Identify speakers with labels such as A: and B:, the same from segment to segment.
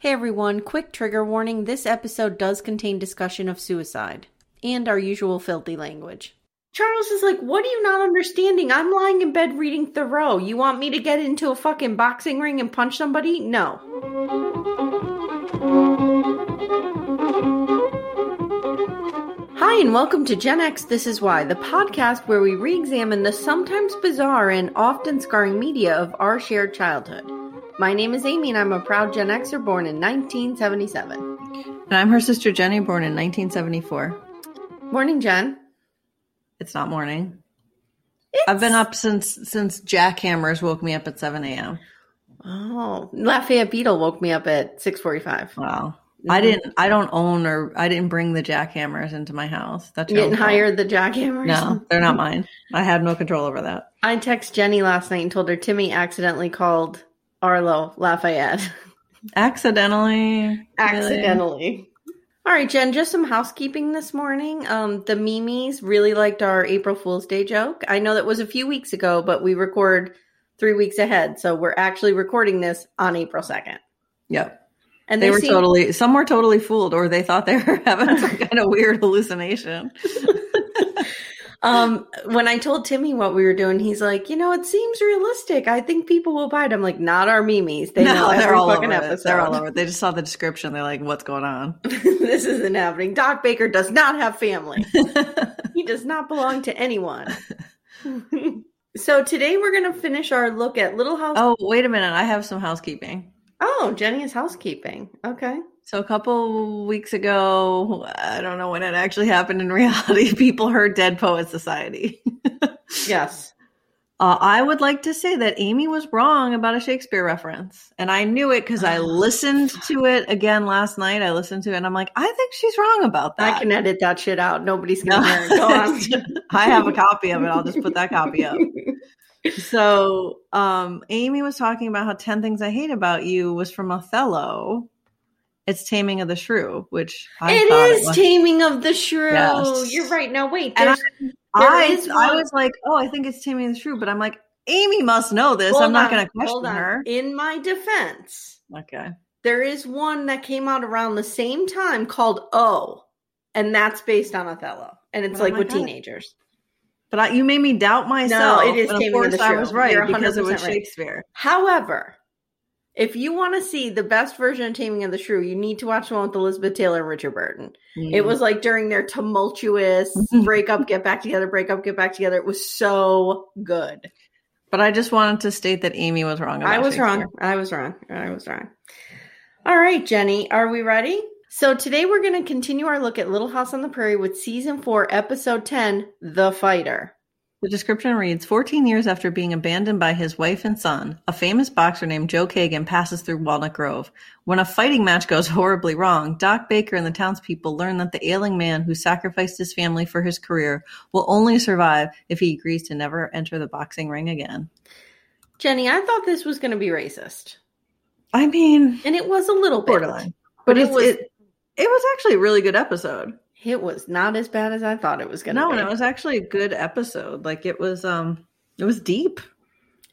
A: Hey everyone, quick trigger warning this episode does contain discussion of suicide and our usual filthy language. Charles is like, What are you not understanding? I'm lying in bed reading Thoreau. You want me to get into a fucking boxing ring and punch somebody? No. Hi, and welcome to Gen X This Is Why, the podcast where we re examine the sometimes bizarre and often scarring media of our shared childhood. My name is Amy, and I'm a proud Gen Xer born in 1977.
B: And I'm her sister Jenny, born in 1974.
A: Morning, Jen.
B: It's not morning. I've been up since since jackhammers woke me up at 7 a.m.
A: Oh, Lafayette Beetle woke me up at 645.
B: Wow. I didn't. I don't own or I didn't bring the jackhammers into my house. That's
A: You didn't
B: your own
A: hire the jackhammers?
B: fault. No, they're not mine. I have no control over that.
A: I text Jenny last night and told her Timmy accidentally called Arlo Lafayette.
B: Accidentally. really?
A: All right, Jen, just some housekeeping this morning. Um, the Mimis really liked our April Fool's Day joke. I know that was a few weeks ago, but we record three weeks ahead. So we're actually recording this on April 2nd.
B: Yep.
A: And
B: they, were
A: seem-
B: totally. Some were totally fooled, or they thought they were having some kind of weird hallucination.
A: Um, when I told Timmy what we were doing, he's like, you know, it seems realistic. I think people will buy it. I'm like, not our Mimis. They know every fucking
B: over
A: episode.
B: It. They're all over it. They just saw the description. They're like, "What's going on?"
A: this isn't happening. Doc Baker does not have family. he does not belong to anyone. so today we're going to finish our look at Little House.
B: oh, wait a minute. I have some housekeeping.
A: Oh, Jenny is housekeeping. Okay.
B: So a couple weeks ago, I don't know when it actually happened in reality. People heard Dead Poet Society.
A: Yes.
B: Uh, I would like to say that Amy was wrong about a Shakespeare reference, and I knew it because I listened to it again last night. I listened to it, and I'm like, I think she's wrong about that.
A: I can edit that shit out. Nobody's
B: No.
A: going to hear it. Go on.
B: I have a copy of it. I'll just put that copy up. So, um, Amy was talking about how 10 Things I Hate About You was from Othello. It's Taming of the Shrew, which I
A: it
B: thought
A: is
B: was.
A: Taming of the Shrew.
B: Yes.
A: You're right. No, wait.
B: And I-
A: There's, there
B: I,
A: is
B: I
A: one-
B: was like, oh, I think it's Taming of the Shrew, but I'm like, Amy must know this.
A: hold
B: I'm not
A: on,
B: going to question
A: hold on.
B: her.
A: In my defense,
B: Okay.
A: There is one that came out around the same time called Oh, and that's based on Othello, and it's
B: Oh
A: like
B: my
A: with
B: God.
A: teenagers.
B: But I, you made me doubt myself.
A: it is
B: and
A: Taming of
B: of course
A: the
B: I
A: Shrew.
B: was right
A: You're
B: because it
A: 100%
B: was
A: right.
B: Shakespeare.
A: However, if you want to see the best version of Taming of the Shrew, you need to watch the one with Elizabeth Taylor and Richard Burton.
B: Mm.
A: It was like during their tumultuous breakup, get back together, breakup, get back together. It was so good.
B: But I just wanted to state that Amy was wrong. About
A: I was
B: Shakespeare.
A: wrong. I was wrong. I was wrong. All right, Jenny, are we ready? So today we're going to continue our look at Little House on the Prairie with season four, episode 10, The Fighter.
B: The description reads 14 years after being abandoned by his wife and son, a famous boxer named Joe Kagan passes through Walnut Grove. When a fighting match goes horribly wrong, Doc Baker and the townspeople learn that the ailing man who sacrificed his family for his career will only survive if he agrees to never enter the boxing ring again.
A: Jenny, I thought this was going to be racist,
B: I mean,
A: and it was a little bit.
B: borderline. But,
A: it
B: it's,
A: was-
B: it, it was actually a really good episode.
A: It was not as bad as I thought it was going to
B: No,
A: be.
B: and it was actually a good episode. Like it was um it was deep.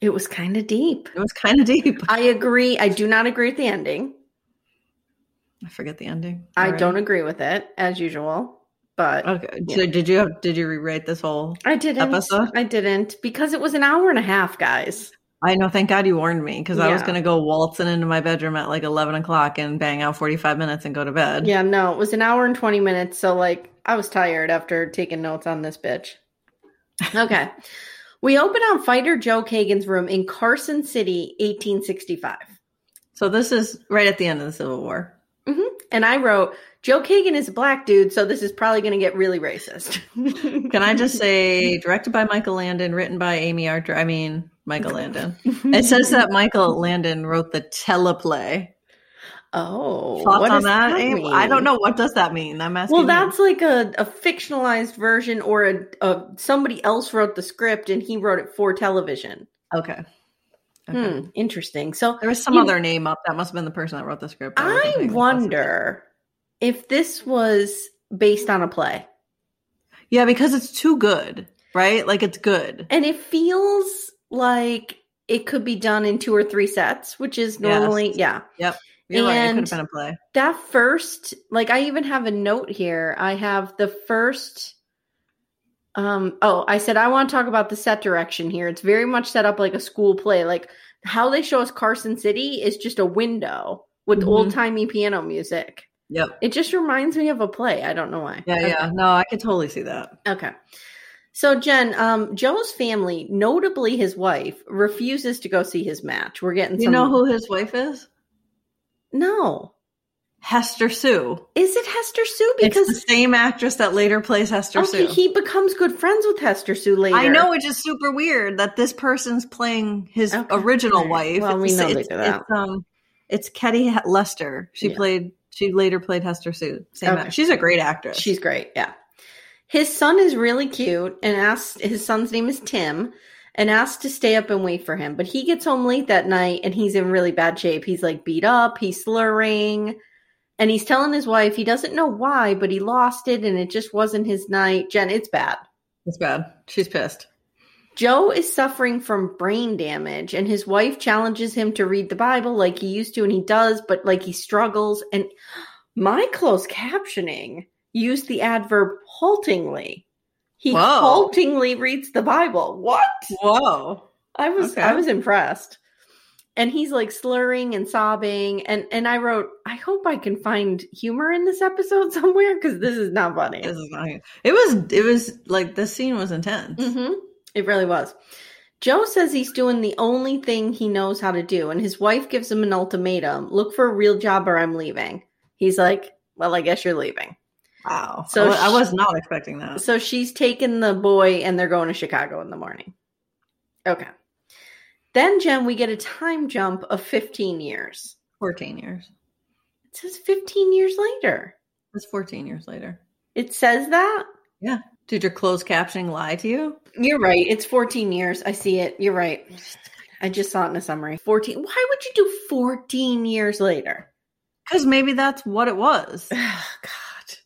A: It was kind of deep.
B: It was kind of deep.
A: I agree. I do not agree with the ending.
B: I forget the ending.
A: I
B: already.
A: don't agree with it as usual, but
B: Okay.
A: Yeah.
B: So did you have did you rewrite this whole
A: I didn't.
B: Episode?
A: I didn't because it was an hour and a half, guys.
B: I know. Thank God you warned me because I was
A: Yeah.
B: going to go waltzing into my bedroom at like 11 o'clock and bang out 45 minutes and go to bed.
A: Yeah, no, it was an hour and 20 minutes. So, like, I was tired after taking notes on this bitch. Okay. we open on fighter Joe Kagan's room in Carson City, 1865.
B: So this is right at the end of the Civil War.
A: hmm And I wrote, Joe Kagan is a black dude, so this is probably going to get really racist.
B: Can I just say, directed by Michael Landon, written by Amy Archer? I mean, Michael Landon. It says that Michael Landon wrote the teleplay.
A: Oh,
B: Thoughts
A: what
B: on
A: does
B: that?
A: that
B: Amy? I don't
A: mean?
B: know. What does that mean? I'm asking.
A: Well,
B: you.
A: that's like a, a fictionalized version, or a, a somebody else wrote the script and he wrote it for television.
B: okay. okay.
A: Hmm, interesting. So
B: There was some
A: you-
B: other name up. That must have been the person that wrote the script. wasn't paying
A: I
B: attention.
A: wonder if this was based on a play,
B: Yeah, because it's too good, right? Like it's good.
A: and it feels like it could be done in two or three sets, which is normally
B: Yes.
A: yeah.
B: You're right. It
A: And-
B: could have been a play.
A: That first, like I even have a note here. I have the first. Um, oh, I said I want to talk about the set direction here. It's very much set up like a school play. Like how they show us Carson City is just a window with
B: Mhm.
A: old timey piano music.
B: Yep.
A: It just reminds me of a play. I don't know why.
B: Yeah,
A: Okay.
B: yeah. No, I could totally see that.
A: Okay. So, Jen, um, Joe's family, notably his wife, refuses to go see his match. We're getting
B: You
A: some.
B: know who his wife is?
A: No.
B: Hester Sue.
A: Is it Hester Sue?
B: Because
A: Because
B: it's the same actress that later plays Hester
A: okay,
B: Sue.
A: he becomes good friends with Hester Sue later.
B: I know, which is super weird that this person's playing his
A: Okay.
B: original
A: Alright.
B: wife.
A: Well, we
B: it's,
A: know they
B: it's,
A: do that.
B: It's, um, it's Ketty H- Lester. She
A: Yeah.
B: played. She later played Hester Sue. Same.
A: Okay.
B: act- She's a great actress.
A: She's great. Yeah. His son is really cute and asks, his son's name is Tim, and asks to stay up and wait for him. But he gets home late that night and he's in really bad shape. He's like beat up, he's slurring, and he's telling his wife he doesn't know why, but he lost it and it just wasn't his night. Jen, it's bad.
B: it's bad. She's pissed.
A: Joe is suffering from brain damage, and his wife challenges him to read the Bible like he used to, and he does, but like he struggles. And my closed captioning used the adverb haltingly. He
B: Whoa.
A: haltingly reads the Bible. What?
B: Whoa.
A: I was
B: Okay.
A: I was impressed. And he's like slurring and sobbing, and and I wrote, I hope I can find humor in this episode somewhere because this is not funny.
B: This is not. It was. It was like the scene was intense.
A: hmm It really was. Joe says he's doing the only thing he knows how to do, and his wife gives him an ultimatum look for a real job or I'm leaving. He's like, Well, I guess you're leaving.
B: Wow.
A: So
B: So I, wa- I
A: she-
B: was not expecting that.
A: So she's taking the boy, and they're going to Chicago in the morning. Okay. Then, Jen, we get a time jump of 15 years.
B: Fourteen years.
A: It says 15 years later.
B: It's fourteen years later.
A: It says that?
B: Did your closed captioning lie to you?
A: You're right. It's 14 years. I see it. You're right. I just saw it in a summary. 14. Why would you do 14 years later?
B: Because maybe that's what it was.
A: Oh, God.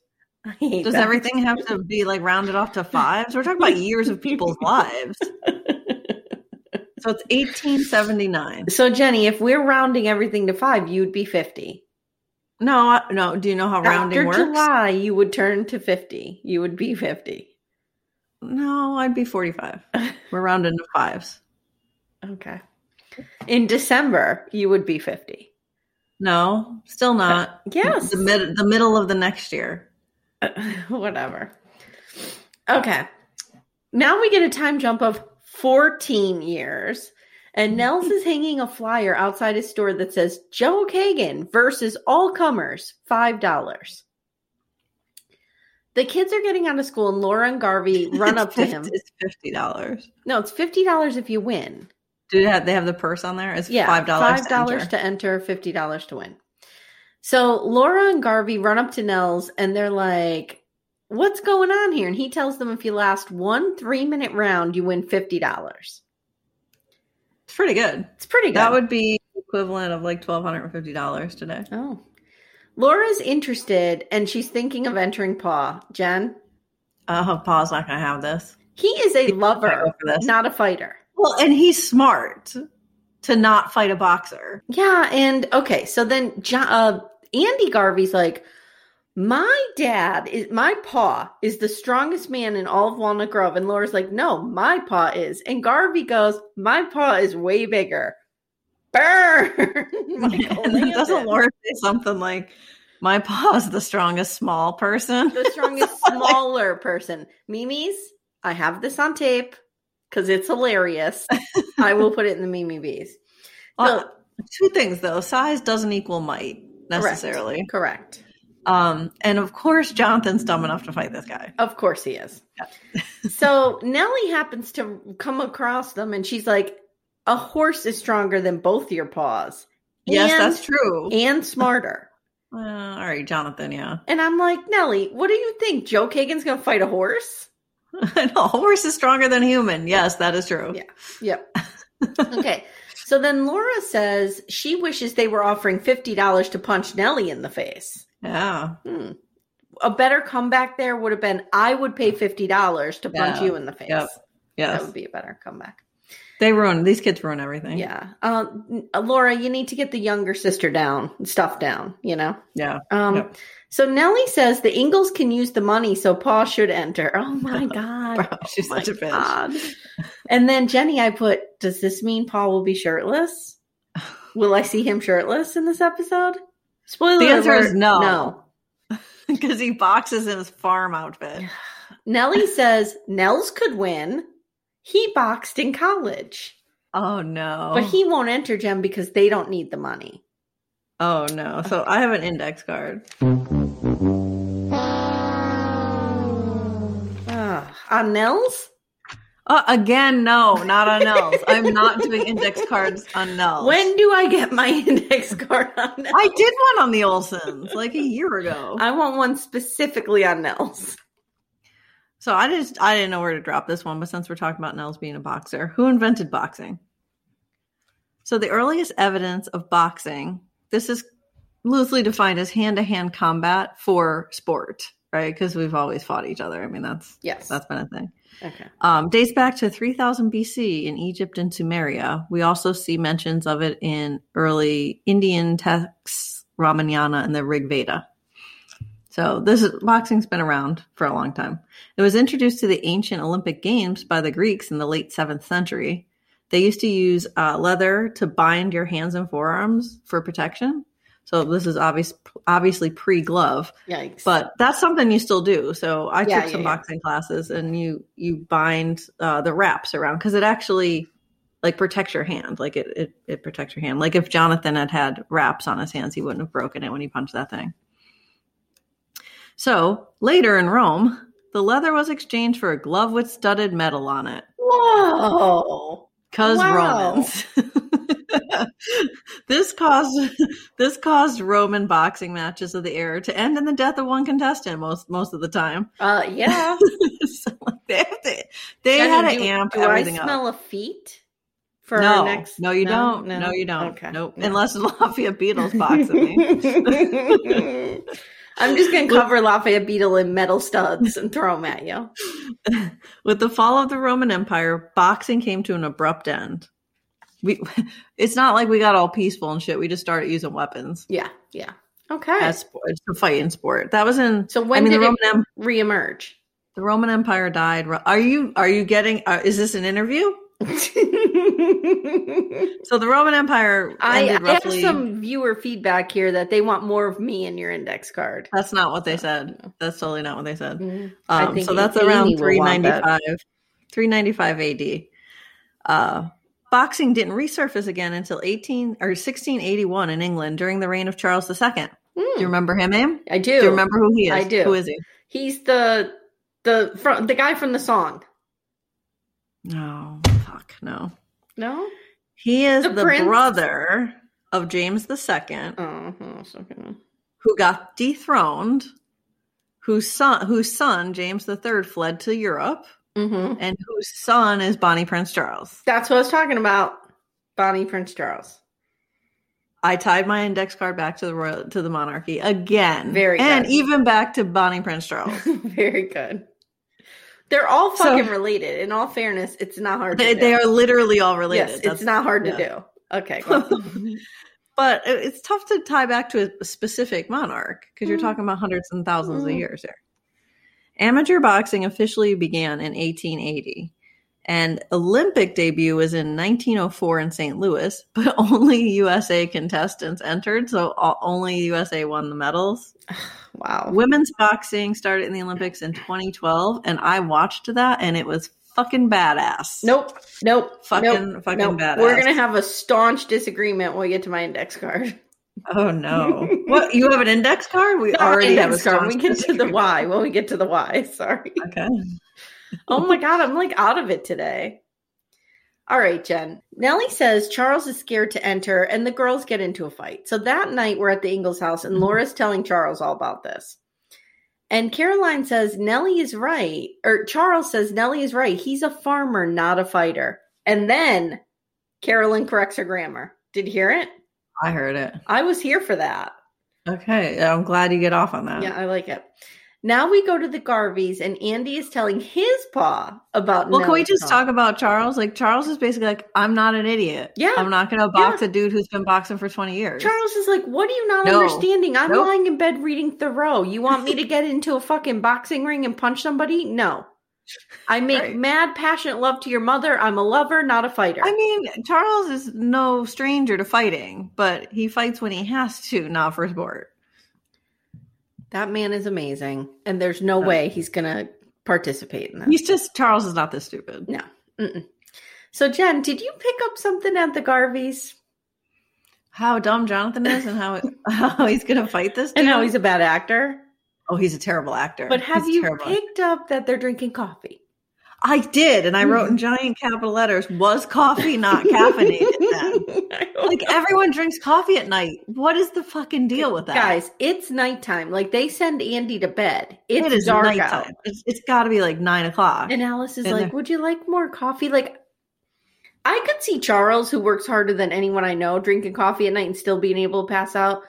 A: I hate
B: Does
A: that.
B: everything have to be like rounded off to fives? We're talking about years of people's lives. So it's 1879.
A: So, Jenny, if we're rounding everything to five, you'd be 50.
B: No, I- no. Do you know how rounding
A: After
B: works?
A: July, you would turn to 50. You would be 50.
B: No, I'd be 45. We're rounding to fives.
A: Okay. In December, you would be 50.
B: No, still not.
A: Uh, Yes.
B: The, mid- the middle of the next year.
A: Whatever. Okay. Now we get a time jump of 14 years. And Nels is hanging a flyer outside his store that says Joe Kagan versus all comers, $5. The kids are getting out of school, and Laura and Garvey run
B: It's
A: up to him.
B: 50 It's fifty dollars.
A: No, it's $50 if you win.
B: Do they have, they have the purse on there? It's
A: Yeah,
B: five dollars.
A: Five dollars to enter, fifty dollars to win. So Laura and Garvey run up to Nels and they're like, "What's going on here?" And he tells them, "If you last one three-minute round, you win fifty dollars."
B: It's pretty good.
A: It's pretty good.
B: That would be equivalent of like twelve hundred and fifty dollars today.
A: Oh, Laura's interested and she's thinking of entering Paw. Jen,
B: Uh, Paul's not going to have this.
A: he is a
B: gonna
A: lover,
B: go for this.
A: not a fighter.
B: Well, and he's smart to not fight a boxer.
A: Yeah, and okay, so then Jo- uh, Andy Garvey's like, My dad is my paw is the strongest man in all of Walnut Grove. And Laura's like, no, my paw is. And Garvey goes, my paw is way bigger. Burn. Michael
B: Doesn't
A: Landon.
B: Laura say something like, "My paw's the strongest small person"?
A: the strongest smaller person. Mimi's, I have this on tape because it's hilarious. I will put it in the Mimi Bees.
B: Uh, two things though: size doesn't equal might
A: Correct.
B: necessarily.
A: Correct.
B: Um, and of course, Jonathan's dumb enough to fight this guy.
A: Of course he is. so Nellie happens to come across them and she's like, a horse is stronger than both your paws.
B: yes,
A: and,
B: that's true.
A: And smarter.
B: Uh, all right, Jonathan. Yeah,
A: And I'm like, Nellie, what do you think? Joe Kagan's going to fight a horse?
B: no, horse is stronger than human. Yes, that is true.
A: Yeah. Yep. okay. So then Laura says she wishes they were offering $50 to punch Nellie in the face.
B: Yeah.
A: Hmm. A better comeback there would have been I would pay $50 to punch
B: Yeah.
A: you in the face.
B: Yep.
A: That
B: Yes.
A: would be a better comeback.
B: They ruin these kids ruin everything.
A: Yeah. Um, Laura, you need to get the younger sister down, stuff down, you know?
B: Yeah.
A: Um,
B: Yep.
A: So Nellie says the Ingalls can use the money, so Paul should enter. Oh my God.
B: Bro, she's
A: Oh my
B: such a bitch.
A: God. And then Jenny, I put, does this mean Paul will be shirtless? Will I see him shirtless in this episode? Spoiler
B: The answer
A: alert,
B: is no.
A: No.
B: Because he boxes in his farm outfit.
A: Nellie says Nels could win. He boxed in college,
B: Oh no.
A: but he won't enter Jem because they don't need the money.
B: Oh no. So I have an index card.
A: Ugh. On Nels?
B: Uh, again, no, not on Nels. I'm not doing index cards on Nels.
A: When do I get my index card on Nels?
B: I did one on the Olsons like a year ago.
A: I want one specifically on Nels.
B: So I just I didn't know where to drop this one, but since we're talking about Nels being a boxer, who invented boxing? So the earliest evidence of boxing, this is loosely defined as hand-to-hand combat for sport, right? Because we've always fought each other. I mean, that's
A: Yes.
B: that's been a thing.
A: Okay.
B: um, dates back to 3000 BC in Egypt and Sumeria. We also see mentions of it in early Indian texts, Ramayana, and the Rig Veda. So this is, boxing's been around for a long time. It was introduced to the ancient Olympic Games by the Greeks in the late seventh century. They used to use uh, leather to bind your hands and forearms for protection. So this is obvious, obviously pre-glove
A: Yikes.
B: but that's something you still do so i
A: Yeah,
B: took some
A: yeah, yeah.
B: boxing classes and you you bind uh, the wraps around because it actually like protects your hand like it, it it protects your hand like if jonathan had had wraps on his hands he wouldn't have broken it when he punched that thing so later in rome the leather was exchanged for a glove with studded metal on it
A: whoa.
B: Cause
A: Wow.
B: Romans. this caused this caused Roman boxing matches of the era to end in the death of one contestant most most of the time.
A: Uh, yeah.
B: So, like, they have to, they had to
A: do,
B: amp
A: do
B: everything
A: I
B: up.
A: smell a feet for
B: no,
A: our next?
B: no, you don't. No, you don't.
A: Okay.
B: Nope.
A: No.
B: Unless Lafayette Beatles boxing me.
A: I'm just gonna cover Lafayette Beetle in metal studs and throw them at you.
B: With the fall of the Roman Empire, boxing came to an abrupt end. We, it's not like we got all peaceful and shit. We just started using weapons
A: Yeah, yeah. Okay.
B: as sport, to fight in sport. That was in.
A: so when
B: I mean,
A: did
B: the Roman
A: it
B: Empire.
A: reemerge?
B: The Roman Empire died. Are you are you getting? Uh, is this an interview? So the Roman Empire
A: I,
B: ended
A: I have
B: roughly.
A: some viewer feedback here that they want more of me in your index card.
B: That's not what they said. That's totally not what they said.
A: Mm, I
B: Um,
A: think
B: so that's
A: Amy
B: around
A: will want that.
B: 395, 395 AD. Uh, boxing didn't resurface again until 18 or 1681 in England during the reign of Charles II. Do you remember him, Aim?
A: Hmm. I do.
B: Do you remember who he is?
A: I do.
B: Who is he?
A: He's the the from the guy from the song.
B: No, fuck no.
A: No.
B: He is
A: The
B: the,
A: prince?
B: brother of James II,
A: Oh, oh, so gonna-
B: who got dethroned, whose son, whose son James III fled to Europe,
A: Mhm.
B: and whose son is Bonnie Prince Charles.
A: That's what I was talking about. Bonnie Prince Charles.
B: I tied my index card back to the royal to the monarchy again.
A: Very
B: and
A: good.
B: even back to Bonnie Prince Charles.
A: Very good. They're all
B: Oh. So-
A: fucking related. In all fairness, it's not hard.
B: they,
A: to
B: they
A: do.
B: are literally all related.
A: Yes,
B: That's-
A: it's not hard
B: yeah.
A: to do. Okay. go on.
B: But it- it's tough to tie back to a specific monarch because
A: Mm-hmm.
B: you're talking about hundreds and thousands of
A: Mm.
B: years here. Amateur boxing officially began in 1880, and Olympic debut was in 1904 in St. Louis, but only USA contestants entered, so all, only USA won the medals.
A: Wow.
B: Women's boxing started in the Olympics in 2012, and I watched that, and it was fucking badass.
A: Nope. Nope.
B: Fucking-
A: nope,
B: fucking
A: nope.
B: badass.
A: We're gonna have a staunch disagreement when we get to my index card.
B: Oh no! what you have an index card? We
A: Not
B: already have a
A: index card.
B: strong
A: When we get to the
B: disagree-
A: why. When we get to the why. Sorry.
B: Okay.
A: Oh my god, I'm like out of it today. All right, Jen. Nellie says Charles is scared to enter and the girls get into a fight. So that night we're at the Ingalls house
B: Mm-hmm.
A: and Laura's telling Charles all about this. And Caroline says Nellie is right, or Charles says Nellie is right. He's a farmer, not a fighter. And then Carolyn corrects her grammar. Did you hear it?
B: I heard it.
A: I was here for that.
B: Okay, I'm glad you get off on that.
A: Yeah, I like it. Now we go to the Garveys, and Andy is telling his pa about.
B: Well, can we
A: Nellie's
B: just
A: pa.
B: talk about Charles? Like Charles is basically like, I'm not an idiot.
A: Yeah.
B: I'm not gonna box a dude who's been boxing for 20 years.
A: Charles is like, "What are you not
B: No.
A: understanding? I'm
B: Nope.
A: lying in bed reading Thoreau. You want me to get into a fucking boxing ring and punch somebody? No. I make
B: Right.
A: mad, passionate love to your mother. I'm a lover, not a fighter.
B: I mean, Charles is no stranger to fighting, but he fights when he has to, not for sport.
A: that man is amazing, and there's no way he's gonna participate in that.
B: He's just Charles is not this stupid.
A: No. Mm-mm. So, Jen, did you pick up something at the Garveys?
B: How dumb Jonathan is, and how how he's gonna fight this.
A: I
B: Dude.
A: know he's a bad actor,
B: oh, he's a terrible actor.
A: but have
B: He's
A: you
B: terrible.
A: picked up that they're drinking coffee?
B: I did, and I wrote in
A: Mm-hmm.
B: giant capital letters: "Was coffee not caffeinated?" then?
A: I don't
B: Like everyone drinks coffee at night. What is the fucking deal with that,
A: Guys, it's nighttime. Like they send Andy to bed. It's
B: it is
A: dark
B: nighttime.
A: out.
B: It's, it's got to be like nine o'clock.
A: And Alice is
B: And
A: like,
B: they're-
A: "Would you like more coffee?" Like I could see Charles, who works harder than anyone I know, drinking coffee at night and still being able to pass out.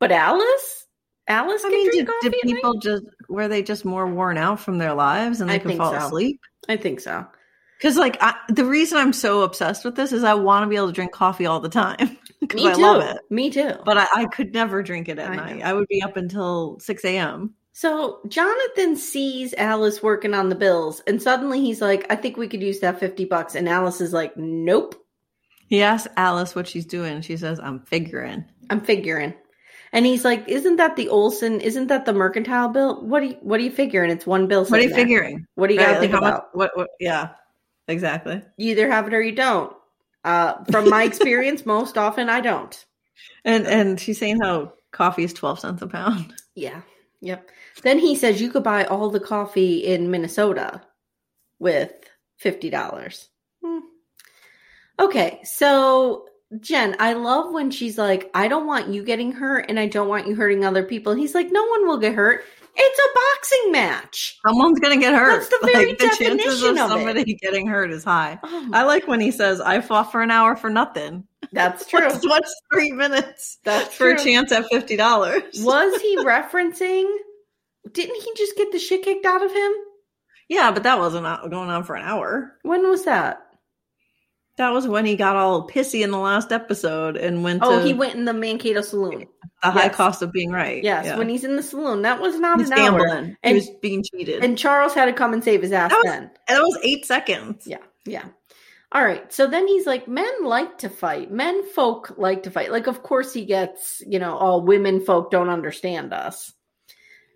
A: But Alice, Alice
B: I
A: can
B: mean,
A: drink
B: did,
A: coffee
B: did
A: at night?
B: people just were they just more worn out from their lives and
A: I
B: they could
A: think
B: fall
A: so.
B: asleep?
A: I think so.
B: Because like I, the reason I'm so obsessed with this is I want to be able to drink coffee all the time because
A: Me
B: I
A: too.
B: love it.
A: Me too.
B: But I, I could never drink it at
A: I
B: night.
A: know.
B: I would be up until six a.m.
A: so Jonathan sees Alice working on the bills, and suddenly he's like, "I think we could use that fifty bucks." And Alice is like, "Nope."
B: He asks Alice what she's doing. She says, "I'm figuring."
A: I'm figuring. And he's like, "Isn't that the Olson? Isn't that the mercantile bill? What do you What are you figuring? It's one bill.
B: What are you
A: sitting there.
B: figuring?
A: What do you got to
B: Right,
A: think
B: like how much-
A: about?
B: what, what? Yeah, exactly.
A: You either have it or you don't. Uh, from my experience, most often I don't.
B: And and she's saying how coffee is twelve cents a pound.
A: Yeah. Yep. Then he says you could buy all the coffee in Minnesota with fifty dollars. Hmm. Okay, so Jen, I love when she's like, I don't want you getting hurt and I don't want you hurting other people. He's like, No one will get hurt. It's a boxing match.
B: Someone's gonna get hurt.
A: That's the very definition of it.
B: somebody getting hurt is high.
A: Oh
B: I like when he says, "I fought for an hour for nothing."
A: That's true.
B: What's, what's three minutes
A: That's
B: for a
A: true.
B: chance at fifty dollars?
A: Was he referencing? Didn't he just get the shit kicked out of him?
B: Yeah, but that wasn't out- going on for an hour.
A: When was that?
B: That was when he got all pissy in the last episode and went
A: Oh,
B: to
A: he went in the Mankato saloon.
B: the high
A: yes.
B: cost of being right.
A: Yes,
B: Yeah.
A: when he's in the saloon, that was not
B: He's
A: an hour.
B: gambling. he
A: And-
B: was being cheated.
A: And Charles had to come and save his ass
B: That was-
A: then.
B: And that was eight seconds.
A: Yeah, yeah. All right. So then he's like, men like to fight. Men folk like to fight. Like, of course, he gets, you know, all women folk don't understand us.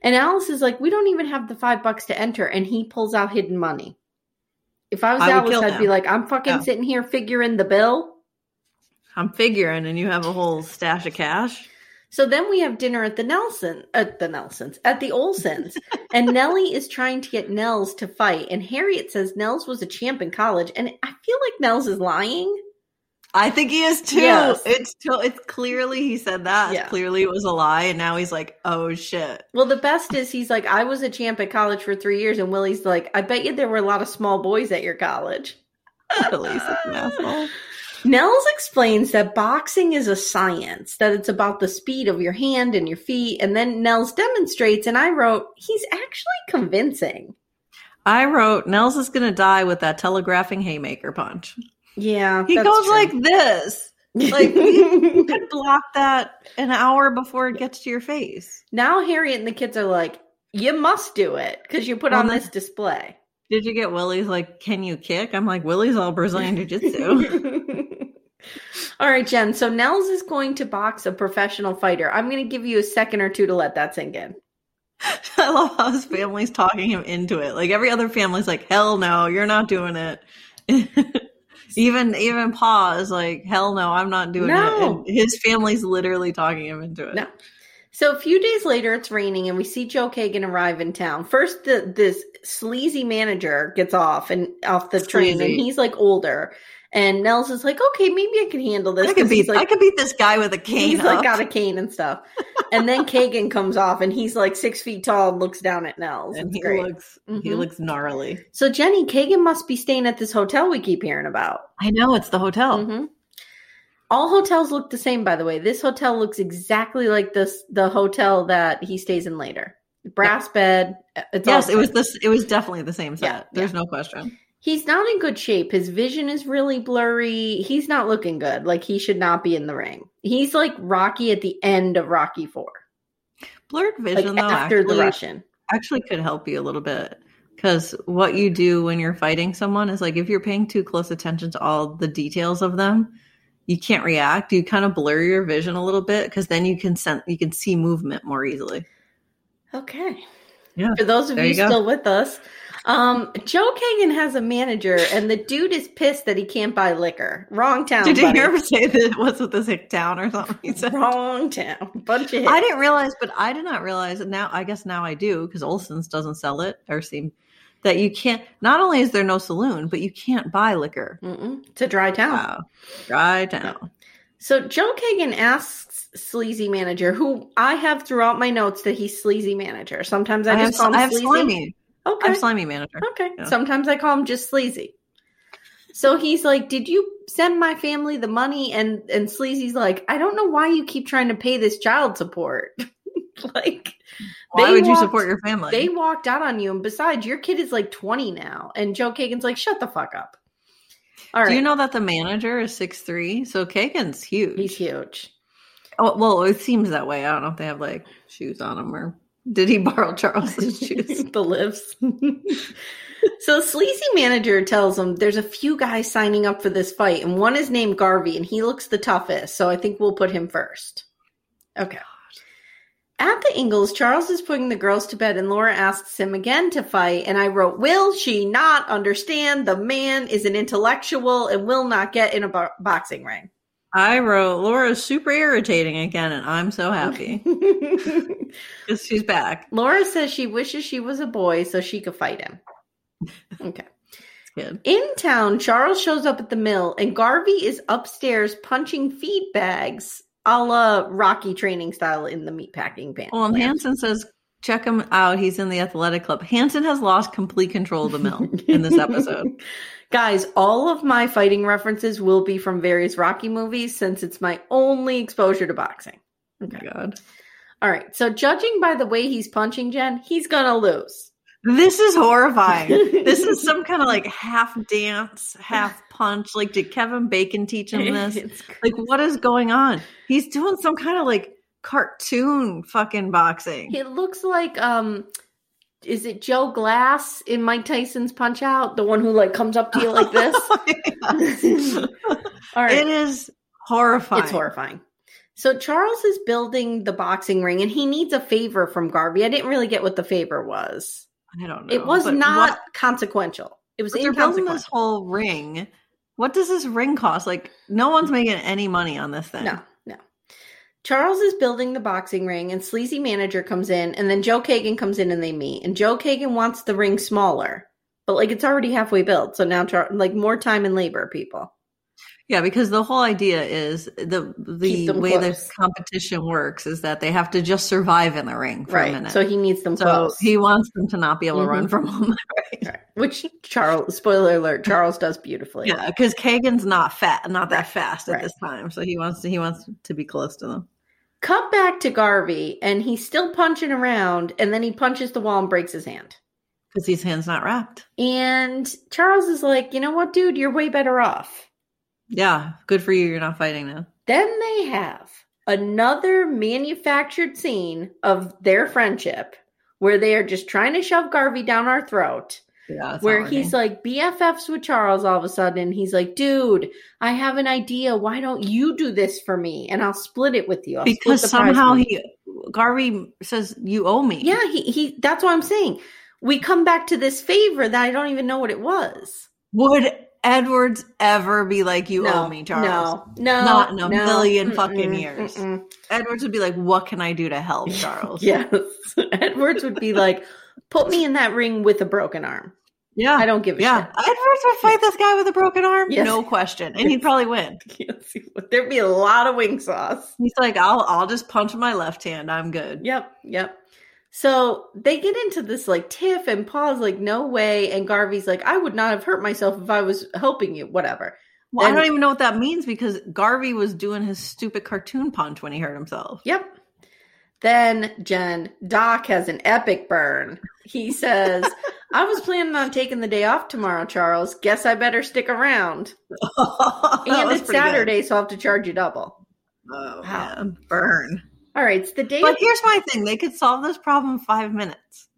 A: And Alice is like, we don't even have the five bucks to enter. And he pulls out hidden money. If I was
B: I would
A: Alice,
B: kill
A: I'd
B: him.
A: be like, I'm fucking
B: Yeah.
A: sitting here figuring the bill.
B: I'm figuring, and you have a whole stash of cash.
A: So then we have dinner at the Nelson, at the Nelsons, at the Olsons, and Nellie is trying to get Nels to fight. And Harriet says Nels was a champ in college, and I feel like Nels is lying.
B: I think he is too.
A: Yes.
B: It's to- it's clearly he said that.
A: Yeah.
B: Clearly it was a lie, and now he's like, oh shit.
A: Well, the best is he's like, I was a champ at college for three years, and Willie's like, I bet you there were a lot of small boys at your college.
B: Lily's such an asshole.
A: Nels explains that boxing is a science, that it's about the speed of your hand and your feet. And then Nels demonstrates, and I wrote, he's actually convincing.
B: I wrote Nels is gonna die with that telegraphing haymaker punch.
A: Yeah.
B: He
A: that's
B: goes
A: true.
B: like this. Like you could block that an hour before it gets to your face.
A: Now Harriet and the kids are like, you must do it because you put
B: Well,
A: on
B: that's-
A: this display.
B: Did you get Willie's like, can you kick? I'm like, Willie's all Brazilian Jiu Jitsu.
A: All right, Jen. So Nels is going to box a professional fighter. I'm going to give you a second or two to let that sink in.
B: I love how his family's talking him into it. Like every other family's like, hell no, you're not doing it. even even Pa is like, hell no, I'm not doing
A: No.
B: it. And his family's literally talking him into it.
A: No. So a few days later, it's raining, and we see Joe Kagan arrive in town. First, the, this sleazy manager gets off and off the train, and
B: Sleazy.
A: he's like older. And Nels is like, okay, maybe I can handle this.
B: I could
A: 'cause
B: beat
A: he's, like,
B: I could beat this guy with a cane.
A: He's like
B: up.
A: got a cane and stuff. And then Kagan comes off, and he's like six feet tall and looks down at Nels.
B: and
A: It's
B: he
A: great.
B: looks he
A: Mhm.
B: looks gnarly.
A: So Jenny, Kagan must be staying at this hotel we keep hearing about.
B: I know it's the hotel.
A: hmm All hotels look the same, by the way. This hotel looks exactly like this the hotel that he stays in later. Brass bed. It's
B: Yes,
A: all-
B: it was this. It was definitely the same set.
A: Yeah,
B: There's no question.
A: He's not in good shape. His vision is really blurry. He's not looking good. Like he should not be in the ring. He's like Rocky at the end of Rocky Four,
B: Blurred
A: like
B: vision though
A: after
B: actually,
A: the Russian.
B: actually could help you a little bit because what you do when you're fighting someone is like if you're paying too close attention to all the details of them, you can't react. You kind of blur your vision a little bit because then you can sense you can see movement more easily.
A: Okay.
B: Yeah,
A: For those of
B: there
A: you,
B: you go.
A: still with us, um, Joe Kagan has a manager, and the dude is pissed that he can't buy liquor. Wrong town.
B: Did you
A: Oh, buddy.
B: hear him say that? What's with this hick town or something? He said.
A: Wrong town. Bunch of
B: I
A: hicks.
B: didn't realize, but I did not realize. And now I guess now I do because Olson's doesn't sell it or seem that you can't. Not only is there no saloon, but you can't buy liquor.
A: Mm-mm. It's a dry town.
B: Wow, dry town.
A: So Joe Kagan asks sleazy manager, who I have throughout my notes that he's sleazy manager. Sometimes I,
B: I, have,
A: just call him
B: I have
A: sleazy.
B: slimy.
A: Okay.
B: I'm slimy manager.
A: Okay.
B: Yeah.
A: Sometimes I call him just sleazy. So he's like, "Did you send my family the money?" And and sleazy's like, "I don't know why you keep trying to pay this child support." like
B: Why
A: They
B: would you
A: walked-
B: support your family?
A: they walked out on you, and besides, your kid is like twenty now. And Joe Kagan's like, "Shut the fuck up." All right,
B: Do you know that the manager is six three? So Kagan's huge.
A: he's huge.
B: Oh, well, it seems that way. I don't know if they have like shoes on him or did he borrow Charles's shoes?
A: the lips. so sleazy manager tells him there's a few guys signing up for this fight, and one is named Garvey, and he looks the toughest. So I think we'll put him first. Okay. At the Ingalls, Charles is putting the girls to bed, and Laura asks him again to fight. And I wrote, "Will she not understand? The man is an intellectual and will not get in a bo- boxing ring."
B: I wrote Laura's super irritating again, and I'm so happy because she's back.
A: Laura says she wishes she was a boy so she could fight him. Okay.
B: Kid.
A: In town, Charles shows up at the mill and Garvey is upstairs punching feed bags a la Rocky training style in the meatpacking pan.
B: Well, and Hansen says, check him out. He's in the athletic club. Hansen has lost complete control of the mill in this episode.
A: Guys, all of my fighting references will be from various Rocky movies since it's my only exposure to boxing.
B: Oh my God.
A: All right, so judging by the way he's punching Jen, he's gonna lose.
B: This is horrifying. this is some kind of like half dance, half punch. Like, did Kevin Bacon teach him this?
A: It's cr-
B: Like, what is going on? He's doing some kind of like cartoon fucking boxing.
A: It looks like um is it Joe Glass in Mike Tyson's Punch Out? The one who like comes up to you like this? All right.
B: It is horrifying.
A: It's horrifying. So Charles is building the boxing ring and he needs a favor from Garvey. I didn't really get what the favor was.
B: I don't know.
A: it was
B: but
A: not
B: what-
A: consequential. It was
B: So they're building this
A: inconsequential.
B: whole ring. What does this ring cost? Like, no one's making any money on this thing.
A: Mm. No, no. Charles is building the boxing ring and sleazy manager comes in and then Joe Kagan comes in and they meet. And Joe Kagan wants the ring smaller. But like it's already halfway built. So now Char- like more time and labor, people.
B: Yeah, because the whole idea is the
A: Keep
B: the
A: them
B: way
A: close.
B: this competition works is that they have to just survive in the ring for a
A: Right.
B: minute.
A: So he needs them
B: So
A: close.
B: he wants them to not be able
A: Mhm.
B: to run from him.
A: Right. Which Charles spoiler alert, Charles does beautifully.
B: yeah, because Kagan's not fat, not that fast at
A: right.
B: this time. So he wants to he wants to be close to them.
A: Cut back to Garvey, and he's still punching around, and then he punches the wall and breaks his hand.
B: Because his hand's not wrapped.
A: And Charles is like, you know what, dude, you're way better off.
B: Yeah, good for you. You're not fighting now.
A: Then they have another manufactured scene of their friendship where they are just trying to shove Garvey down our throat.
B: Yeah, it's not eh?
A: where
B: working.
A: he's like BFFs with Charles all of a sudden. and He's like, dude, I have an idea. Why don't you do this for me? And I'll split it with you. I'll split
B: because
A: the prize
B: somehow
A: money."
B: he Garvey says you owe me.
A: Yeah, he, he that's what I'm saying. We come back to this favor that I don't even know what it was.
B: Would Edwards ever be like you
A: no,
B: owe me, Charles?
A: No, no,
B: Not in a
A: no,
B: million fucking
A: mm-mm,
B: years.
A: mm-mm.
B: Edwards would be like, "What can I do to help, Charles?"
A: Yes, Edwards would be like, "Put me in that ring with a broken arm.
B: yeah.
A: I don't give a
B: yeah, Edwards would fight this guy with a broken arm,
A: Yes.
B: no question, and he'd probably win.
A: shit." Yes, he would. There'd be a lot of wing sauce.
B: He's like, "I'll, I'll just punch my left hand. I'm good."
A: Yep, yep. So they get into this like tiff, and Paul's like, "No way," and Garvey's like, "I would not have hurt myself if I was helping you." Whatever.
B: Well, I
A: And-
B: don't even know what that means because Garvey was doing his stupid cartoon punch when he hurt himself.
A: Yep. Then Jen, Doc has an epic burn. He says, I was planning on taking the day off tomorrow, Charles. Guess I better stick around.
B: Oh, That
A: and
B: was
A: it's
B: pretty good.
A: Saturday, so I'll have to charge you double.
B: Oh,
A: Wow.
B: man. burn.
A: All right, it's the day.
B: But here's my thing: they could solve this problem in five minutes.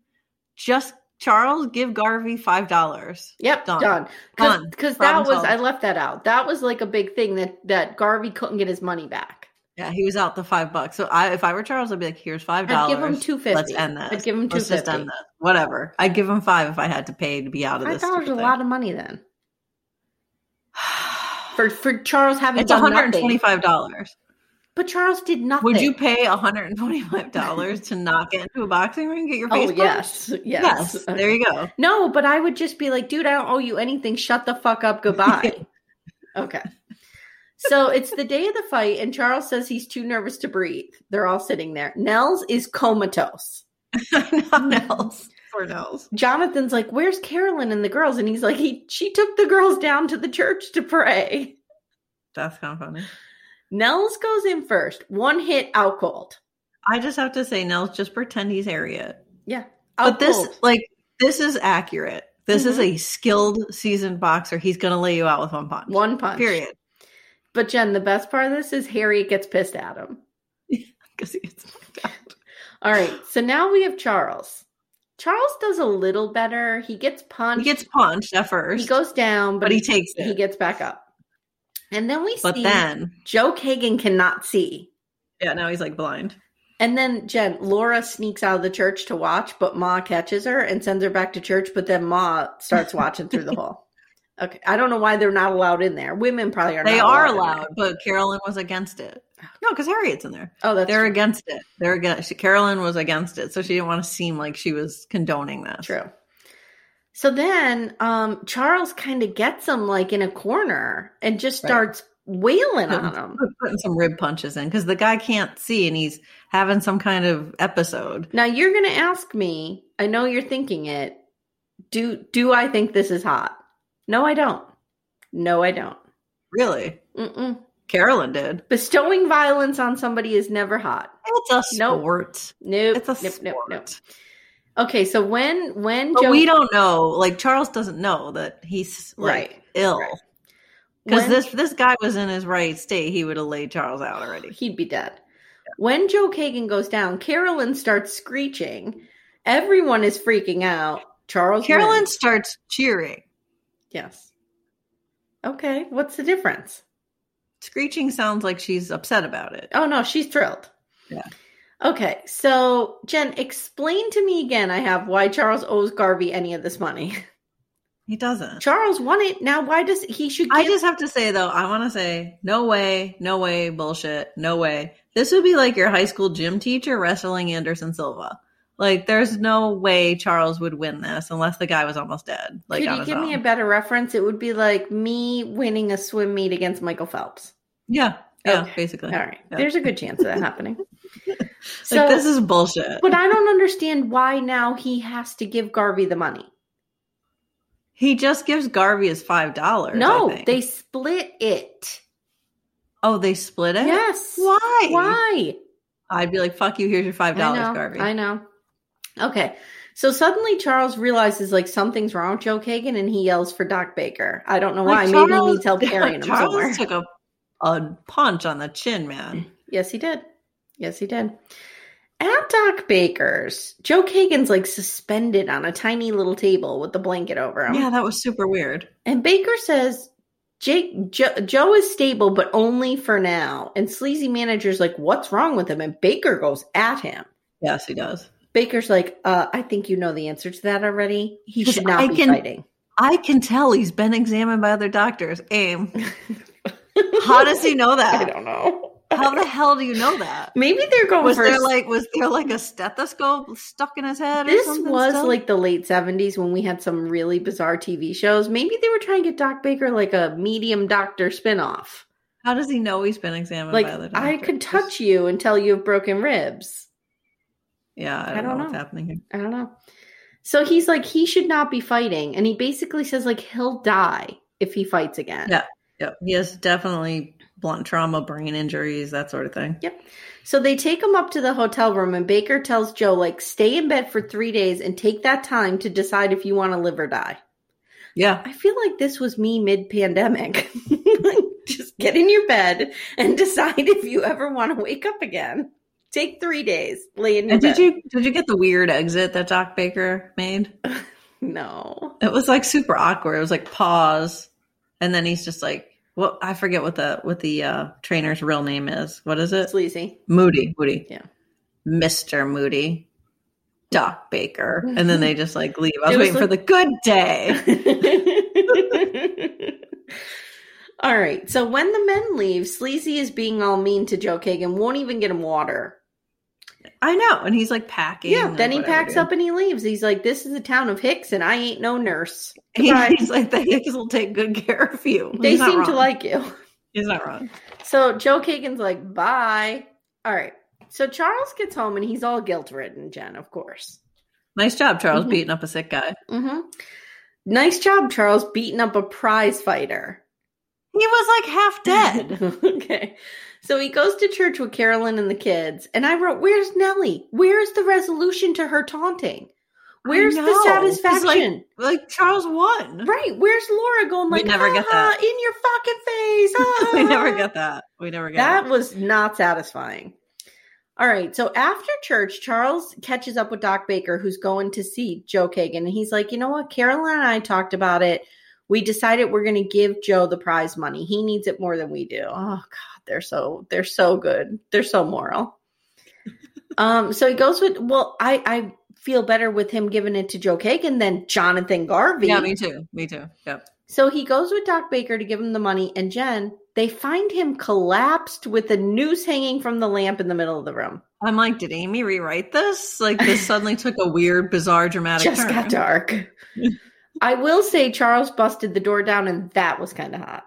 B: Just Charles, give Garvey five dollars.
A: yep,
B: done.
A: done.
B: Done.
A: Because that was,
B: Problem
A: I
B: solved.
A: left that out. That was like a big thing that, that Garvey couldn't get his money back.
B: Yeah, he was out the five bucks. So I, if I were Charles, I'd be like, "Here's five
A: I'd
B: dollars.
A: give him $2.50.
B: Let's end this.
A: I'd give him
B: Let's just
A: $2.50.
B: end this. Whatever. I'd give him five if I had to pay to be out of
A: Five
B: this.
A: dollars is a
B: stupid
A: lot of money then. For for Charles
B: thing.
A: having
B: It's
A: done
B: one
A: nothing.
B: hundred twenty-five dollars.
A: But Charles did nothing.
B: Would you pay one hundred twenty-five dollars to not get into a boxing ring and get your
A: Oh
B: face? punched?
A: yes, yes.
B: yes. There you go.
A: No, but I would just be like, dude, I don't owe you anything. Shut the fuck up. Goodbye. okay. So it's the day of the fight, and Charles says he's too nervous to breathe. They're all sitting there. Nels is comatose.
B: Nels. Poor Nels.
A: Jonathan's like, Where's Carolyn and the girls? And he's like, he, She took the girls down to the church to pray.
B: That's kind of funny.
A: Nels goes in first, one hit out cold.
B: I just have to say, Nels, just pretend he's Harriet.
A: Yeah.
B: but
A: out
B: this
A: cold.
B: like this is accurate this is
A: Mm-hmm.
B: a skilled seasoned boxer he's gonna lay you out with one punch
A: one punch.
B: period
A: But Jen, the best part of this is Harry gets pissed at him.
B: because he gets knocked out.
A: All right. So now we have Charles. Charles does a little better. He gets
B: he
A: punched.
B: gets punched at first
A: He goes down, but,
B: but he
A: he,
B: takes
A: he
B: it
A: gets back up. And then we
B: but
A: see
B: then
A: Joe Kagan cannot see.
B: yeah now he's like blind
A: And then Jen, Laura sneaks out of the church to watch, but Ma catches her and sends her back to church, but then Ma starts watching through the hole. Okay. I don't know why they're not allowed in there. Women probably are
B: they
A: not
B: are
A: in
B: allowed
A: there.
B: but carolyn was against it no because harriet's in there
A: Oh, that's
B: they're
A: true.
B: against it they're against she, carolyn was against it so she didn't want to seem like she was condoning this
A: True. So then um Charles kind of gets him like in a corner and just
B: Right.
A: starts wailing
B: Putting-
A: on him.
B: putting some rib punches in because the guy can't see and he's having some kind of episode
A: Now you're going to ask me, I know you're thinking it, do do I think this is hot? No, I don't. No, I don't.
B: really
A: Mm-mm.
B: carolyn did
A: Bestowing violence on somebody is never hot.
B: It's a
A: Nope.
B: sport.
A: Nope.
B: It's a
A: nope,
B: sport.
A: nope, nope. Okay, so when when
B: But
A: Joe
B: we don't know. Like Charles doesn't know that he's like,
A: Right.
B: ill
A: Right.
B: because
A: when-
B: this this guy was in his right state. He would have laid Charles out already.
A: he'd be dead. When Joe Kagan goes down, Carolyn starts screeching. Everyone is freaking out. Charles
B: Carolyn
A: wins.
B: starts cheering.
A: Yes. Okay, what's the difference?
B: Screeching sounds like she's upset about it.
A: Oh no, she's thrilled.
B: Yeah.
A: Okay, so Jen, explain to me again. I have why Charles owes Garvey any of this money.
B: He doesn't.
A: Charles won it. Now, why does he should? Give,
B: I just have to say though, I want to say no way, no way, bullshit, no way. This would be like your high school gym teacher wrestling Anderson Silva. Like, there's no way Charles would win this unless the guy was almost dead. Like,
A: could
B: on
A: you
B: his
A: give me a
B: own.
A: better reference? It would be like me winning a swim meet against Michael Phelps.
B: yeah, yeah,
A: Okay.
B: basically.
A: All right,
B: Yeah.
A: there's a good chance of that happening. so,
B: like this is bullshit.
A: but I don't understand why now he has to give Garvey the money.
B: he just gives Garvey his five dollars.
A: No, they split it.
B: oh they split it.
A: Yes.
B: Why?
A: Why?
B: I'd be like, fuck you. Here's your five
A: I
B: dollars,
A: know,
B: Garvey.
A: I know. Okay. So suddenly Charles realizes like something's wrong with Joe Kagan and he yells for Doc Baker. I don't know why.
B: Like,
A: Maybe he
B: Charles-
A: needs help carrying him
B: Charles
A: somewhere.
B: took a, a punch on the chin, man.
A: Yes, he did. Yes, he did. At Doc Baker's, Joe Kagan's like suspended on a tiny little table with the blanket over him.
B: Yeah, that was super weird.
A: And Baker says, Jake, jo- Joe is stable, but only for now. And Sleazy Manager's like, What's wrong with him? And Baker goes at him.
B: Yes, he does.
A: Baker's like, uh, I think you know the answer to that already. He
B: Yes,
A: should not
B: I
A: be
B: can-
A: fighting.
B: I can tell he's been examined by other doctors. Aim. How does he know
A: I
B: that?
A: don't know.
B: How the hell do you know that?
A: Maybe they're going
B: Was
A: for
B: there
A: a-
B: like was there like a stethoscope stuck in his head? or
A: this
B: something
A: was
B: still?
A: like the late 70s when we had some really bizarre TV shows. Maybe they were trying to get Doc Baker like a medium doctor spinoff.
B: how does he know he's been examined
A: Like,
B: by other doctors?
A: I could touch you until you have broken ribs.
B: Yeah, I don't, know, what's happening here.
A: I don't know. So he's like, he should not be fighting. And he basically says, like, he'll die if he fights again.
B: Yeah. Yep. He has definitely blunt trauma, brain injuries, that sort of thing.
A: Yep. So they take him up to the hotel room, and Baker tells Joe, like, stay in bed for three days and take that time to decide if you want to live or die.
B: Yeah.
A: I feel like this was me mid pandemic. Just get in your bed and decide if you ever want to wake up again. Take three days, lay in your
B: And
A: bed.
B: did you did you get the weird exit that Doc Baker made?
A: No.
B: It was like super awkward. It was like pause, and then he's just like, "What? I forget what the what the uh, trainer's real name is. What is it?
A: Sleazy.
B: Moody. Moody.
A: Yeah.
B: Mister Moody, Doc Baker." And then they just like leave. I was
A: It was
B: waiting for the good day.
A: all right. So when the men leave, Sleazy is being all mean to Joe Kagan, won't even get him water.
B: I know. And he's like packing.
A: Yeah.
B: and
A: Then he
B: whatever,
A: packs
B: dude.
A: up and he leaves. He's like, This is the town of Hicks and I ain't no nurse.
B: He, he's like, "The Hicks will take good care of you."
A: They
B: He's not
A: seem to
B: wrong.
A: like you.
B: He's not wrong.
A: So Joe Kagan's like, Bye. All right. So Charles gets home and he's all guilt ridden, Jen, of course.
B: Nice job, Charles,
A: Mhm.
B: beating up a sick guy.
A: hmm Nice job, Charles, beating up a prize fighter.
B: He was like half dead.
A: okay. So he goes to church with Carolyn and the kids. And I wrote, Where's Nellie? Where's the resolution to her taunting? Where's
B: I
A: the
B: know. 'Cause,
A: satisfaction?
B: Like, like Charles won.
A: right. Where's Laura going
B: We
A: like
B: never
A: "Ha
B: get
A: ha,
B: that.
A: in your fucking face? ah."
B: we never get that. We never get
A: that
B: that.
A: was not satisfying. All right. So after church, Charles catches up with Doc Baker, who's going to see Joe Kagan. And he's like, you know what? Carolyn and I talked about it. We decided we're going to give Joe the prize money. He needs it more than we do. Oh God, they're so they're so good. They're so moral. um. So he goes with. Well, I I feel better with him giving it to Joe Kagan than Jonathan Garvey.
B: Yeah, me too. Me too. Yep.
A: So he goes with Doc Baker to give him the money, and Jen, they find him collapsed with a noose hanging from the lamp in the middle of the room.
B: I'm like, did Amy rewrite this? Like, this suddenly took a weird, bizarre, dramatic
A: Just
B: turn.
A: got dark. I will say Charles busted the door down, and that was kind of hot.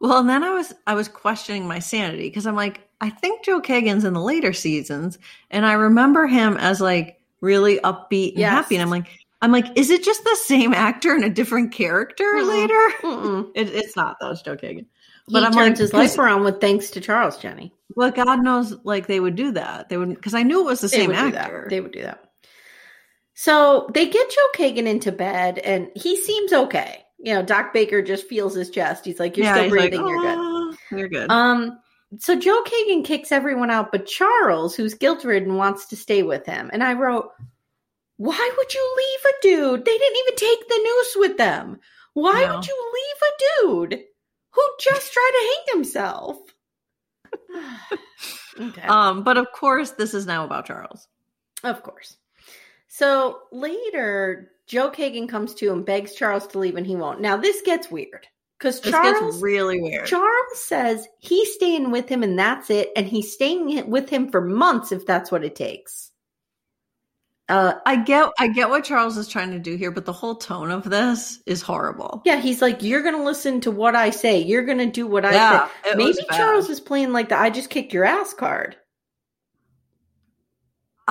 B: Well, and then I was I was questioning my sanity because I'm like, I think Joe Kagan's in the later seasons, and I remember him as like really upbeat and
A: Yes.
B: happy. And I'm like, I'm like, is it just the same actor in a different character later?
A: Mm-mm.
B: It, it's not though. It's Joe Kagan.
A: Mm-hmm. He
B: But I'm
A: turns
B: like,
A: his
B: because-
A: life around with thanks to Charles, Jenny.
B: Well, God knows, like they would do that. They would because I knew it was the
A: They
B: same
A: would do that.
B: actor.
A: They would do that. So they get Joe Kagan into bed, and he seems okay. You know, Doc Baker just feels his chest. He's like, "You're still
B: he's like,
A: breathing. You're good."
B: "Ah, You're good.
A: Um, so Joe Kagan kicks everyone out, but Charles, who's guilt ridden, wants to stay with him. And I wrote, Why would you leave a dude? They didn't even take the noose with them. Why
B: No.
A: would you leave a dude who just tried to hang himself? okay.
B: um, but of course, this is now about Charles.
A: Of course. So later, Joe Kagan comes to and begs Charles to leave, and he won't. Now, this gets weird because
B: This
A: Charles
B: gets really weird.
A: Charles says he's staying with him and that's it, and he's staying with him for months if that's what it takes. Uh,
B: I get, I get what Charles is trying to do here, but the whole tone of this is horrible.
A: yeah, he's like, you're gonna listen to what I say, you're gonna do what I
B: Yeah,
A: say.
B: it
A: Maybe
B: was bad.
A: Charles is playing like the "I just kicked your ass" card.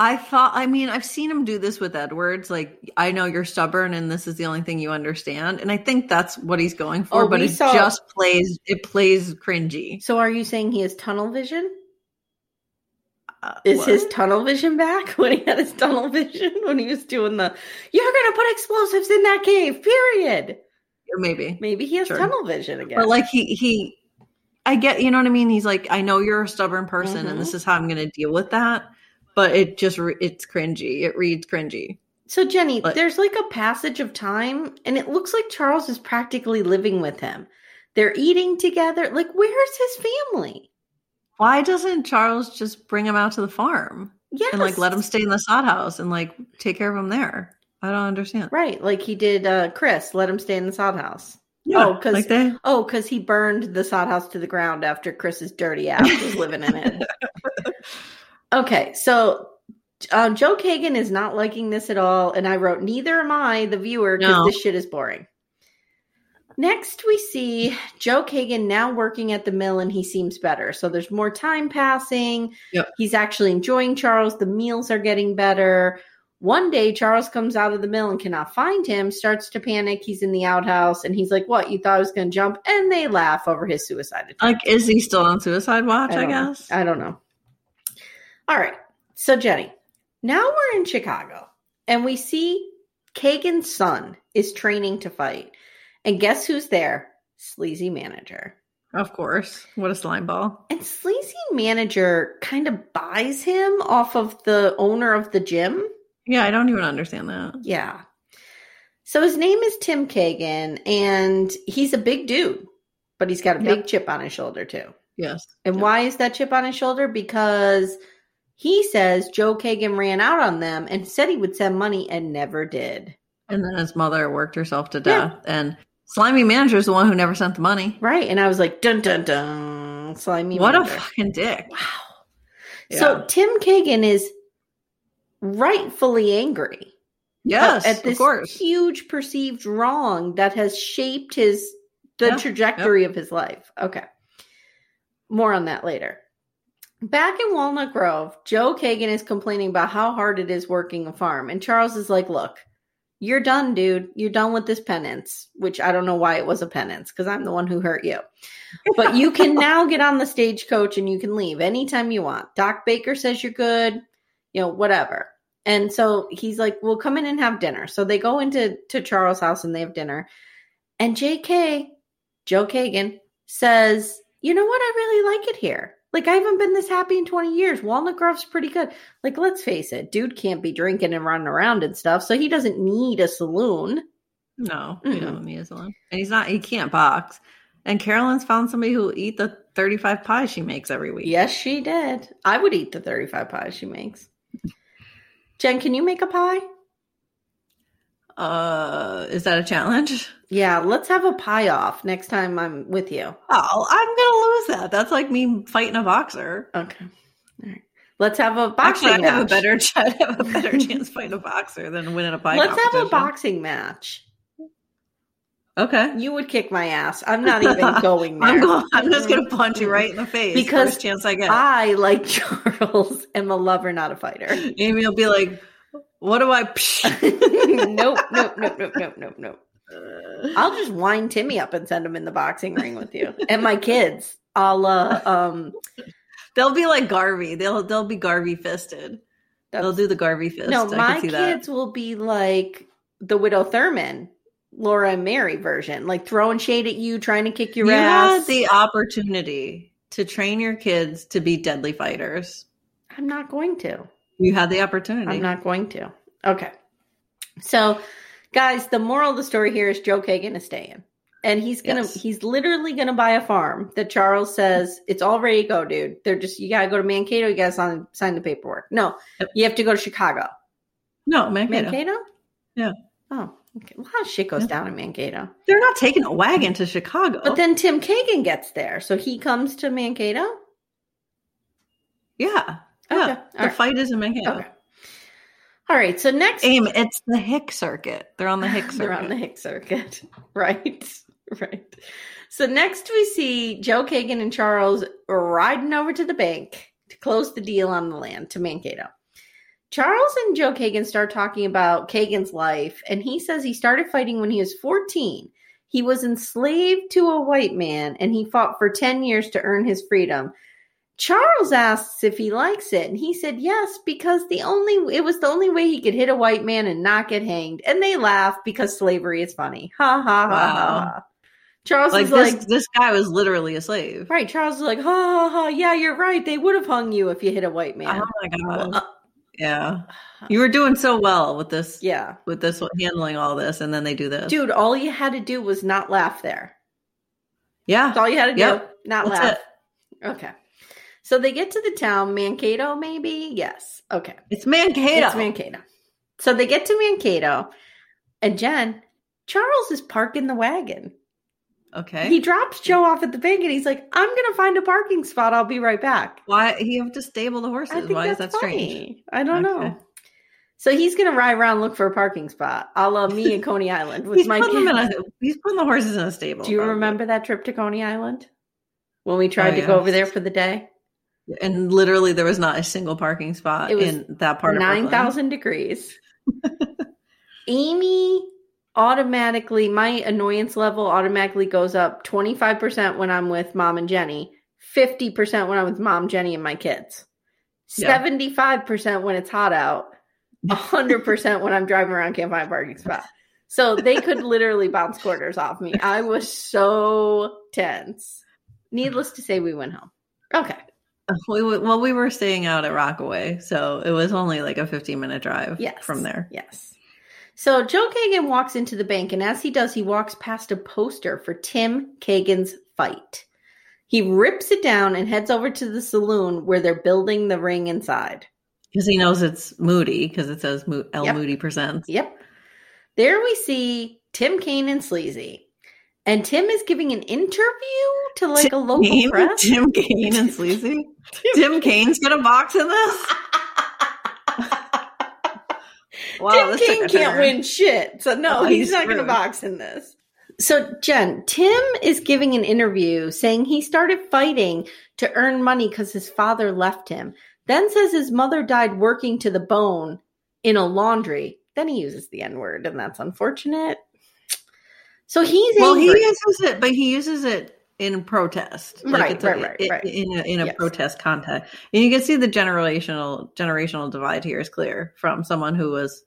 B: I thought, I mean, I've seen him do this with Edwards. Like, I know you're stubborn, and this is the only thing you understand. And I think that's what he's going for.
A: Oh,
B: but
A: we
B: it
A: saw-
B: just plays, it plays cringy.
A: So, are you saying he has tunnel vision? Is
B: what?
A: his tunnel vision back when he had his tunnel vision when he was doing the you're gonna put explosives in that cave, period.
B: maybe.
A: Maybe he has
B: Sure.
A: tunnel vision again.
B: But like he he I get you know what I mean? He's like, I know you're a stubborn person
A: Mhm.
B: and this is how I'm gonna deal with that. But it just re- it's cringy. It reads cringy.
A: so Jenny,
B: But-
A: there's like a passage of time and it looks like Charles is practically living with him. They're eating together. Like, where's his family?
B: Why doesn't Charles just bring him out to the farm
A: Yes.
B: and like let him stay in the sod house and like take care of him there? I don't understand.
A: Right, like he did uh Chris, let him stay in the sod house. oh, because
B: like they
A: Oh, because he burned the sod house to the ground after Chris's dirty ass was living in it. okay, so um, Joe Kagan is not liking this at all, and I wrote, neither am I, the viewer, because
B: No.
A: this shit is boring. Next, we see Joe Kagan now working at the mill, and he seems better. So there's more time passing.
B: Yep.
A: He's actually enjoying Charles. The meals are getting better. One day, Charles comes out of the mill and cannot find him, starts to panic. He's in the outhouse, and he's like, What? You thought I was going to jump? And they laugh over his suicide attempt.
B: like is he still on suicide watch? I,
A: don't know.
B: guess.
A: I don't know. All right. So, Jenny, now we're in Chicago and we see Kagan's son is training to fight. And guess who's there? Sleazy manager.
B: Of course. What a slime ball.
A: And sleazy manager kind of buys him off of the owner of the gym.
B: Yeah, I don't even understand that.
A: Yeah. So his name is Tim Kagan and he's a big dude, but he's got a big chip on his shoulder too.
B: Yes.
A: And
B: Yeah.
A: why is that chip on his shoulder? Because he says Joe Kagan ran out on them and said he would send money and never did.
B: And then his mother worked herself to
A: Yeah.
B: death. And slimy manager is the one who never sent the money.
A: Right. And I was like, dun dun dun. Slimy.
B: What a
A: manager.
B: fucking dick.
A: wow. So uh,
B: Yeah.
A: Tim Kagan is rightfully angry
B: Yes,
A: at
B: of
A: this
B: course.
A: huge perceived wrong that has shaped his the
B: Yeah,
A: trajectory of his life. Okay. More on that later. Back in Walnut Grove, Joe Kagan is complaining about how hard it is working a farm. And Charles is like, Look, you're done, dude. You're done with this penance, which I don't know why it was a penance because I'm the one who hurt you. But you can now get on the stagecoach and you can leave anytime you want. Doc Baker says you're good, you know, whatever. And so he's like, "Well, come in and have dinner." So they go into to Charles' house and they have dinner. And J.K. Joe Kagan says, "You know what? I really like it here. Like I haven't been this happy in 20 years. Walnut Grove's pretty good. Like let's face it, dude can't be drinking and running around and stuff, so he doesn't need a saloon."
B: No, we
A: Mm-mm.
B: don't need his alone. And he's not, he can't box. And Carolyn's found somebody who will eat the 35 pies she makes every week.
A: Yes, she did. I would eat the 35 pies she makes. Jen, can you make a pie?
B: Uh, is that a challenge?
A: Yeah, let's have a pie off next time I'm with you.
B: Oh, I'm going to lose that. That's like me fighting a boxer.
A: Okay. All right. Let's have a boxing
B: Actually, I'd have a
A: match.
B: better, ch- I'd have a better chance fighting a boxer than winning a pie.
A: Let's have a
B: competition.
A: boxing match.
B: Okay.
A: You would kick my ass. I'm not even going there.
B: I'm, going, I'm just going to punch you right in the face.
A: Because
B: first chance I get.
A: I, like Charles, am a lover, not a fighter.
B: Amy will be like, "What do I?" Psh?
A: nope, nope, nope, nope, nope, nope, nope. I'll just wind Timmy up and send him in the boxing ring with you and my kids. A la, um,
B: They'll be like Garvey. They'll they'll be Garvey fisted. They'll do the Garvey fist.
A: no,
B: I
A: my
B: can see
A: kids
B: that.
A: will be like the widow Thurman, Laura and Mary version, like throwing shade at you, trying to kick your
B: You
A: ass.
B: had the opportunity to train your kids to be deadly fighters.
A: I'm not going to.
B: You had the opportunity.
A: I'm not going to. Okay. So, guys, the moral of the story here is Joe Kagan is staying. And he's gonna
B: Yes.
A: he's literally gonna buy a farm that Charles says it's all ready to go, dude. They're just you gotta go to Mankato, you gotta sign, sign the paperwork. No,
B: Yep.
A: you have to go to Chicago.
B: no, Mankato.
A: Mankato?
B: Yeah.
A: Oh, okay. Well, how shit goes down in Mankato.
B: They're not taking a wagon to Chicago.
A: But then Tim Kagan gets there. So he comes to Mankato.
B: yeah,
A: Okay, all
B: yeah. The
A: right.
B: fight is in Mankato.
A: Okay. All right. So next
B: Aim. It's the Hick circuit. They're on the Hick circuit.
A: They're on the Hick circuit. Right. Right. So next we see Joe Kagan and Charles riding over to the bank to close the deal on the land to Mankato. Charles and Joe Kagan start talking about Kagan's life, and he says he started fighting when he was 14. He was enslaved to a white man and he fought for 10 years to earn his freedom. Charles asks if he likes it, and he said yes because the only it was the only way he could hit a white man and not get hanged. And they laugh because slavery is funny. Ha ha ha.
B: Wow.
A: ha, ha. Charles
B: Like
A: is
B: this,
A: like,
B: this guy was literally a slave.
A: right. Charles is like, ha ha ha. Yeah, you're right. They would have hung you if you hit a white man.
B: Oh my god.
A: uh,
B: yeah. You were doing so well with this
A: Yeah,
B: with this handling all this and then they do this.
A: dude. All you had to do was not laugh there.
B: yeah.
A: That's all you had to do.
B: Yep.
A: Not
B: That's
A: laugh. Okay. So they get to the town, Mankato, maybe? Yes. Okay.
B: It's Mankato.
A: It's Mankato. So they get to Mankato, and Jen, Charles is parking the wagon.
B: okay.
A: He drops Joe off at the bank, and he's like, I'm going to find a parking spot. I'll be right back.
B: Why he have to stable the horses? Why is that strange?
A: funny. I don't
B: Okay.
A: know. So he's going to ride around and look for a parking spot, a la me in Coney Island with
B: He's
A: my
B: putting, them in
A: kids.
B: a, he's putting the horses in a stable.
A: Do you
B: probably.
A: remember that trip to Coney Island? When we tried to
B: yeah.
A: go over there for the day?
B: And literally, there was not a single parking spot
A: It was
B: in that part. of Brooklyn.
A: nine thousand degrees. Amy automatically my annoyance level automatically goes up twenty five percent when I'm with mom and Jenny, fifty percent when I'm with mom, Jenny, and my kids,
B: Yeah.
A: seventy five percent when it's hot out, hundred percent when I'm driving around can't find a parking spot. So they could literally bounce quarters off me. I was so tense. Needless to say, we went home. Okay.
B: We were, well, we were staying out at Rockaway, so it was only like a fifteen minute drive.
A: Yes.
B: from there.
A: Yes. So Joe Kagan walks into the bank, and as he does, he walks past a poster for Tim Kagan's fight. He rips it down and heads over to the saloon where they're building the ring inside.
B: because he knows it's Moody because it says Mo- L
A: Yep.
B: Moody presents.
A: Yep. There we see Tim Kane and Sleazy. And Tim is giving an interview to like a local
B: Kane,
A: press.
B: Tim Kane and Sleazy. Tim Kane's gonna box in this. wow,
A: Tim
B: this took
A: King
B: a
A: can't
B: turn.
A: win shit. So no,
B: Oh,
A: he's,
B: he's
A: not going to
B: screwed.
A: box in this. So Jen, Tim is giving an interview saying he started fighting to earn money because his father left him. Then says his mother died working to the bone in a laundry. Then he uses the N word, and that's unfortunate. So he's
B: Well, he
A: angry.
B: uses it, but he uses it in protest,
A: Right,
B: a-
A: right, right,
B: i-
A: right.
B: in a, in a
A: Yes.
B: protest context. And you can see the generational generational divide here is clear from someone who was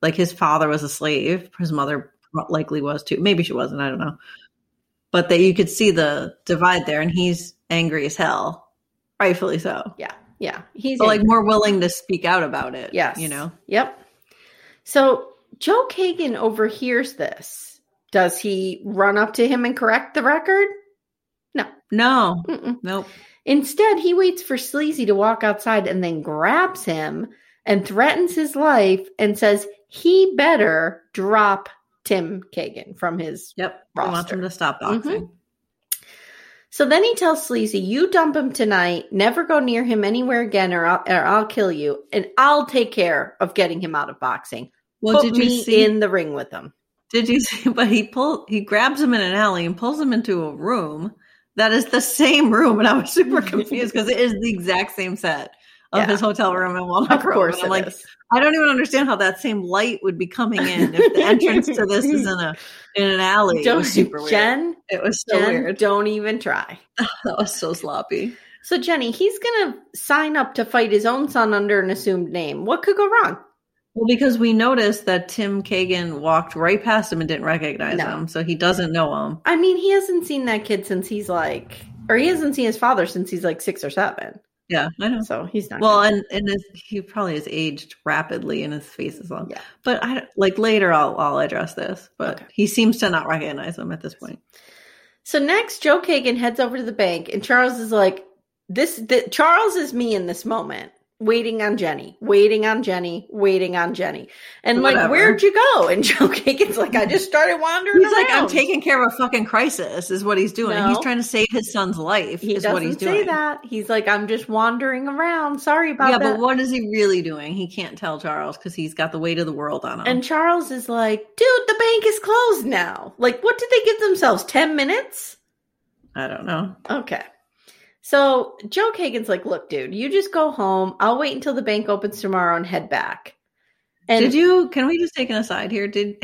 B: like his father was a slave, his mother likely was too. Maybe she wasn't, I don't know. But that you could see the divide there, and he's angry as hell, rightfully so.
A: yeah, yeah, he's
B: But like
A: angry.
B: more willing to speak out about it.
A: Yes.
B: you know.
A: Yep. So Joe Kagan overhears this. Does he run up to him and correct the record?
B: No,
A: Mm-mm.
B: nope.
A: Instead, he waits for Sleazy to walk outside and then grabs him and threatens his life and says he better drop Tim Kagan from his.
B: Yep. He wants
A: Roster. Mm-hmm.
B: him to stop boxing.
A: So then he tells Sleazy, You dump him tonight, never go near him anywhere again, or I'll, or I'll kill you, and I'll take care of getting him out of boxing.
B: Well,
A: Put
B: did you
A: me
B: see
A: in the ring with him.
B: Did you see? But he pull he grabs him in an alley and pulls him into a room that is the same room, and I was super confused because it is the exact same set of
A: Yeah.
B: his hotel room in Walnut
A: Of
B: Grove.
A: course,
B: And
A: it
B: I'm like,
A: is.
B: I don't even understand how that same light would be coming in if the entrance to this is in a in an alley. it
A: Don't,
B: was super weird.
A: Jen,
B: it was so
A: Jen,
B: weird.
A: don't even try.
B: That was so sloppy.
A: So, Jenny, he's going to sign up to fight his own son under an assumed name. What could go wrong?
B: Well, because we noticed that Tim Kagan walked right past him and didn't recognize
A: No.
B: him, so he doesn't know him.
A: I mean, he hasn't seen that kid since he's like, or he hasn't seen his father since he's like six or seven.
B: Yeah, I know.
A: So he's not.
B: Well,
A: gonna-
B: and and his, he probably has aged rapidly, and his face is long.
A: Yeah.
B: But I don't- like later, I'll I'll address this. But
A: Okay.
B: he seems to not recognize him at this point.
A: so next, Joe Kagan heads over to the bank, and Charles is like, "This th- Charles is me in this moment, waiting on Jenny, waiting on Jenny, waiting on Jenny." And like,
B: Whatever.
A: where'd you go? And Joe Kagan's like, "I just started wandering."
B: He's like, I'm
A: around."
B: taking care of a fucking crisis, is what he's doing.
A: No.
B: He's trying to save his son's life.
A: He
B: is
A: doesn't
B: what he's
A: say
B: doing.
A: that. He's like, "I'm just wandering around. Sorry about
B: yeah,
A: that."
B: but what is he really doing? He can't tell Charles because he's got the weight of the world on him.
A: And Charles is like, dude, the bank is closed now. Like, what did they give themselves? 10 minutes?
B: I don't know.
A: Okay. So Joe Kagan's like, look, dude, you just go home. I'll wait until the bank opens tomorrow and head back. And
B: did you? Can we just take an aside here? Did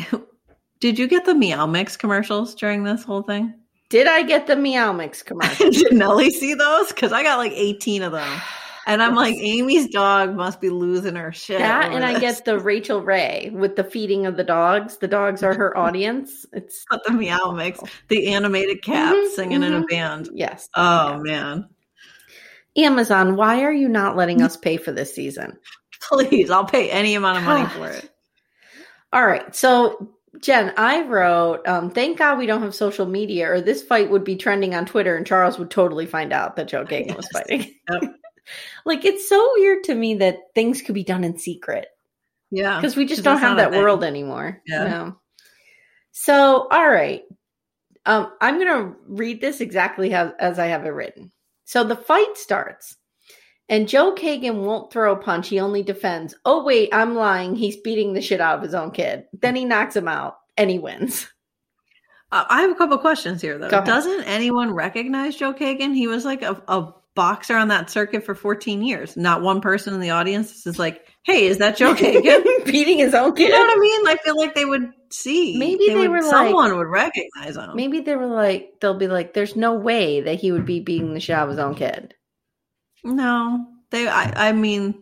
B: did you get the meow mix commercials during this whole thing?
A: Did I get the Meow Mix commercial?
B: Did Nelly see those? Because I got like 18 of them. And I'm like, Amy's dog must be losing her shit.
A: that
B: over
A: and I
B: this.
A: get the Rachel Ray with the feeding of the dogs. The dogs are her audience. It's
B: But the meow mix, the animated cat
A: Mhm,
B: singing in a
A: mhm.
B: band.
A: yes.
B: Oh man.
A: Amazon, why are you not letting us pay for this season?
B: Please, I'll pay any amount of money
A: God.
B: for it.
A: All right. So, Jen, I wrote, um, thank God we don't have social media, or this fight would be trending on Twitter and Charles would totally find out that Joe Gagan was
B: Yes.
A: fighting.
B: Yep.
A: like, it's so weird to me that things could be done in secret
B: Yeah.
A: because we just
B: Oh, 'cause
A: don't
B: that's
A: have
B: not a
A: that
B: thing.
A: world anymore.
B: Yeah.
A: No. So, all right. Um, I'm going to read this exactly how, as I have it written. So the fight starts, and Joe Kagan won't throw a punch. He only defends. Oh, wait, I'm lying. He's beating the shit out of his own kid. Then he knocks him out and he wins.
B: Uh, I have a couple questions here, though.
A: Go ahead.
B: Doesn't anyone recognize Joe Kagan? He was like a, a boxer on that circuit for 14 years. Not one person in the audience is like, "Hey, is that Joe Kagan?"
A: beating his own
B: you
A: kid.
B: know what I mean? I feel like they would see.
A: Maybe they
B: would-
A: were like-
B: someone would recognize him.
A: Maybe they were like, they'll be like, there's no way that he would be beating the shit out of his own kid.
B: No, they. I, I mean,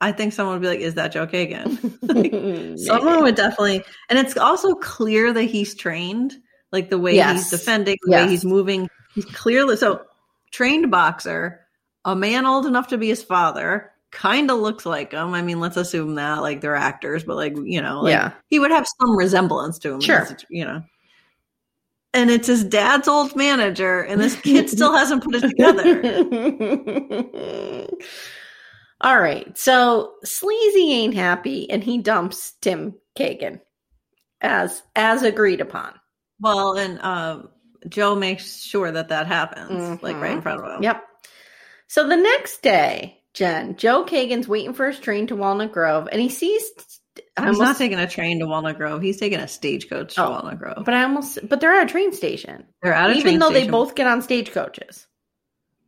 B: I think someone would be like, "Is that Joe Kagan?"
A: Maybe.
B: someone would definitely. And it's also clear that he's trained, like the way
A: Yes.
B: he's defending, the way
A: Yes.
B: he's moving. He's clearly so trained boxer, a man old enough to be his father. Kind of looks like him. I mean, let's assume that like they're actors, but like you know, like,
A: Yeah.
B: he would have some resemblance to him. in
A: Sure.
B: this situ- you know. And it's his dad's old manager, and this kid still hasn't put it together.
A: All right. So Sleazy ain't happy and he dumps Tim Kagan as as agreed upon.
B: Well, and uh, Joe makes sure that that happens, like right in
A: Mhm.
B: front of him.
A: Yep. So the next day, Jen, Joe Kagan's waiting for his train to Walnut Grove and he sees I
B: He's not
A: almost,
B: taking a train to Walnut Grove. He's taking a stagecoach to
A: Oh,
B: Walnut Grove.
A: but I almost but they're at a train station.
B: They're at a
A: even
B: train
A: though they
B: station.
A: both get on stagecoaches.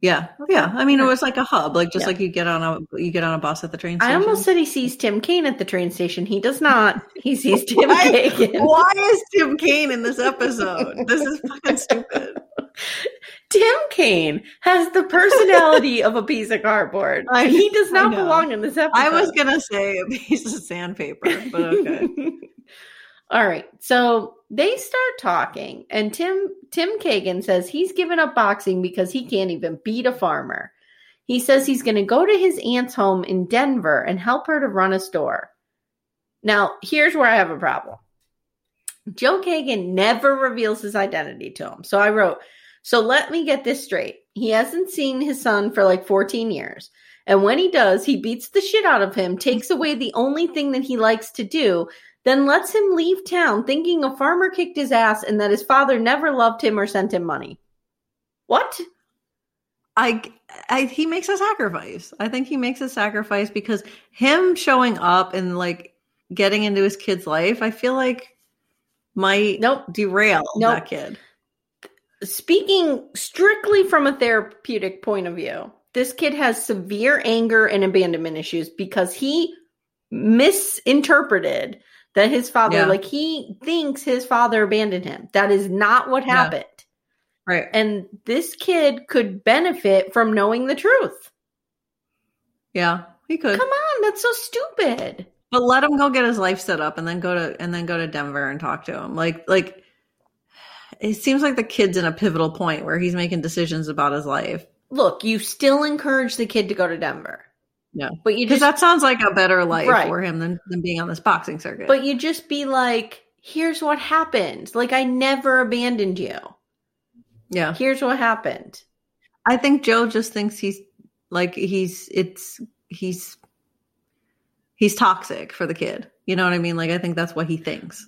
B: yeah, yeah. I mean, it was like a hub, like just
A: Yeah.
B: like you get on a you get on a bus at the train
A: I
B: station.
A: almost said he sees Tim Kaine at the train station. He does not. He sees Tim
B: Why-
A: Kagan.
B: Why is Tim Kaine in this episode? this is fucking stupid.
A: Tim Kaine has the personality of a piece of cardboard.
B: I-
A: he does
B: I
A: not
B: know.
A: belong in this episode.
B: I was gonna say a piece of sandpaper, but okay.
A: All right. So they start talking, and Tim Tim Kagan says he's given up boxing because he can't even beat a farmer. He says he's going to go to his aunt's home in Denver and help her to run a store. Now, here's where I have a problem. Joe Kagan never reveals his identity to him. So I wrote, So let me get this straight. He hasn't seen his son for like 14 years. And when he does, he beats the shit out of him, takes away the only thing that he likes to do, then lets him leave town thinking a farmer kicked his ass and that his father never loved him or sent him money. What?
B: I, I he makes a sacrifice. I think he makes a sacrifice because him showing up and like getting into his kid's life, I feel like might
A: Nope.
B: derail
A: Nope.
B: that kid.
A: Speaking strictly from a therapeutic point of view, this kid has severe anger and abandonment issues because he misinterpreted that his father,
B: Yeah.
A: like, he thinks his father abandoned him. That is not what
B: Yeah.
A: happened.
B: Right.
A: And this kid could benefit from knowing the truth.
B: Yeah, he could.
A: Come on, that's so stupid.
B: But let him go get his life set up and then go to and then go to Denver and talk to him. Like like it seems like the kid's in a pivotal point where he's making decisions about his life.
A: Look, you still encourage the kid to go to Denver.
B: Yeah.
A: But you
B: Because
A: just
B: that sounds like a better life
A: Right.
B: for him than, than being on this boxing circuit.
A: But you just be like, here's what happened. Like, I never abandoned you.
B: yeah.
A: Here's what happened.
B: I think Joe just thinks he's like he's it's he's he's toxic for the kid. You know what I mean? Like I think that's what he thinks.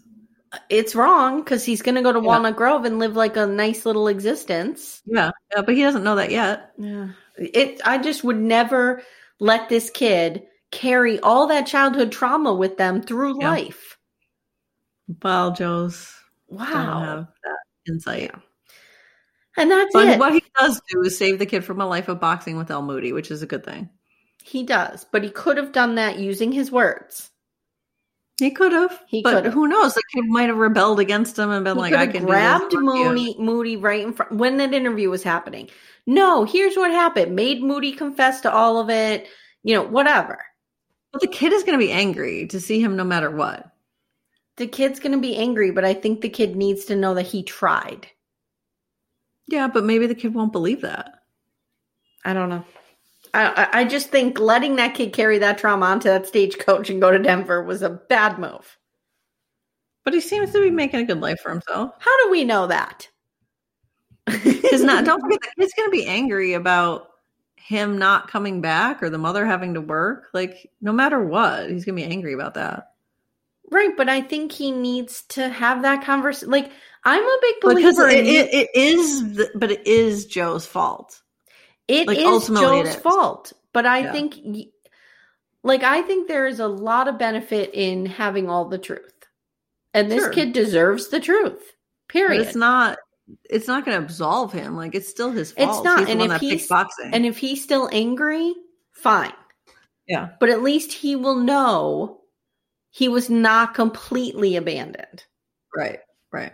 A: It's wrong because he's going to go to
B: Yeah.
A: Walnut Grove and live like a nice little existence.
B: Yeah. yeah, but he doesn't know that yet.
A: Yeah. It, I just would never let this kid carry all that childhood trauma with them through
B: Yeah.
A: life.
B: Well, Joe's don't
A: Wow.
B: have that insight.
A: And that's
B: But
A: it.
B: what he does do is save the kid from a life of boxing with El Moody, which is a good thing.
A: he does, but he could have done that using his words.
B: He could have.
A: He
B: but
A: could've.
B: who knows? The kid might have rebelled against him and been
A: He
B: like,
A: could
B: I
A: have
B: can
A: grabbed
B: do this. fuck you."
A: Mooney, Moody right in front when that interview was happening. No, here's what happened. Made Moody confess to all of it. You know, whatever.
B: But the kid is going to be angry to see him no matter what.
A: The kid's going to be angry, but I think the kid needs to know that he tried.
B: Yeah, but maybe the kid won't believe that.
A: I don't know. I, I- I just think letting that kid carry that trauma onto that stagecoach and go to Denver was a bad move.
B: But he seems to be making a good life for himself.
A: How do we know that?
B: Because not don't forget the kid's going to be angry about him not coming back or the mother having to work. Like no matter what, he's going to be angry about that.
A: right, but I think he needs to have that conversation. Like I'm a big
B: Because
A: believer
B: it,
A: in
B: it, it is, the, but it is Joe's fault.
A: It is
B: Like, ultimately it
A: Joe's
B: is.
A: fault, but I
B: Yeah.
A: think, y- like, I think there is a lot of benefit in having all the truth, and this
B: Sure.
A: kid deserves the truth.
B: But
A: Period.
B: it's not. It's not going to absolve him. Like it's still his fault.
A: not,
B: He's the
A: and
B: one
A: if
B: that
A: he's-
B: picked boxing.
A: and if he's still angry, fine.
B: Yeah.
A: but at least he will know he was not completely abandoned,
B: right, right.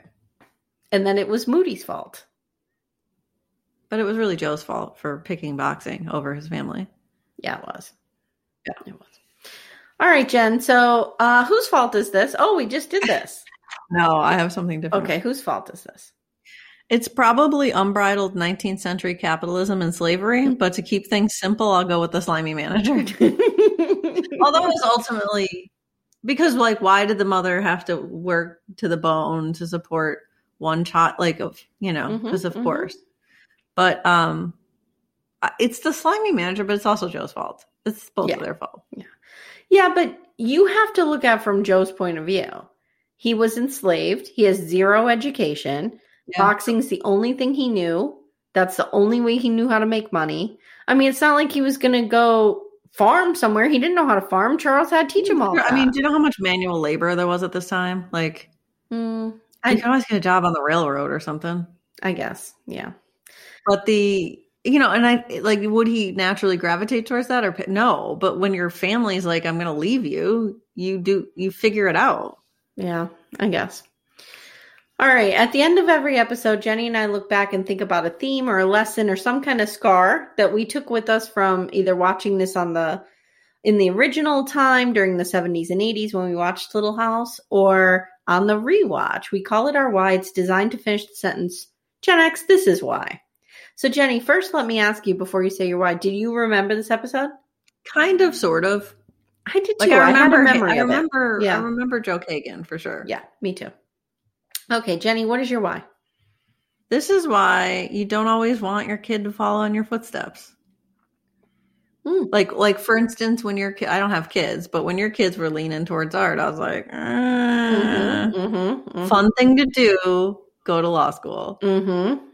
A: and then it was Moody's fault.
B: But it was really Joe's fault for picking boxing over his family.
A: Yeah, it was. Yeah, it was. All right, Jen. So, uh, whose fault is this? Oh, we just did this.
B: No, I have something different.
A: Okay, whose fault is this?
B: It's probably unbridled 19th century capitalism and slavery, but to keep things simple, I'll go with the slimy manager. Although it's ultimately because, like, why did the mother have to work to the bone to support one child? Like, of you know,
A: Mhm,
B: because of
A: mhm.
B: course. But um, I- it's the slimy manager, but it's also Joe's fault. It's both
A: Yeah.
B: of their fault.
A: yeah, but you have to look at from Joe's point of view. He was enslaved. He has zero education.
B: Yeah.
A: Boxing's the only thing he knew. That's the only way he knew how to make money. I mean, it's not like he was going to go farm somewhere. He didn't know how to farm. Charles had to teach him all.
B: I
A: that.
B: mean, do you know how much manual labor there was at this time? Like,
A: Mm, I-
B: I could always get a job on the railroad or something.
A: I guess, yeah.
B: but the you know and i like would he naturally gravitate towards that or p- no but when your family's like i'm gonna leave you you do you figure it out
A: Yeah, I guess. All right. At the end of every episode, Jenny and I look back and think about a theme or a lesson or some kind of scar that we took with us from either watching this on the in the original time during the 70s and 80s when we watched Little House or on the rewatch. We call it our why. It's designed to finish the sentence Gen X, this is why. So, Jenny, first let me ask you before you say your why, did you remember this episode?
B: kind of sort of
A: I did
B: like
A: too.
B: i remember
A: had a
B: him-
A: memory
B: i
A: of it.
B: remember
A: Yeah.
B: i remember joe kagan for sure
A: Yeah, me too. Okay, Jenny, what is your why?
B: this is why you don't always want your kid to follow in your footsteps
A: Hmm.
B: like like for instance when your kid i don't have kids but when your kids were leaning towards art i was like "Uh,
A: Mm-hmm.
B: fun thing to do go to law school
A: Mm-hmm.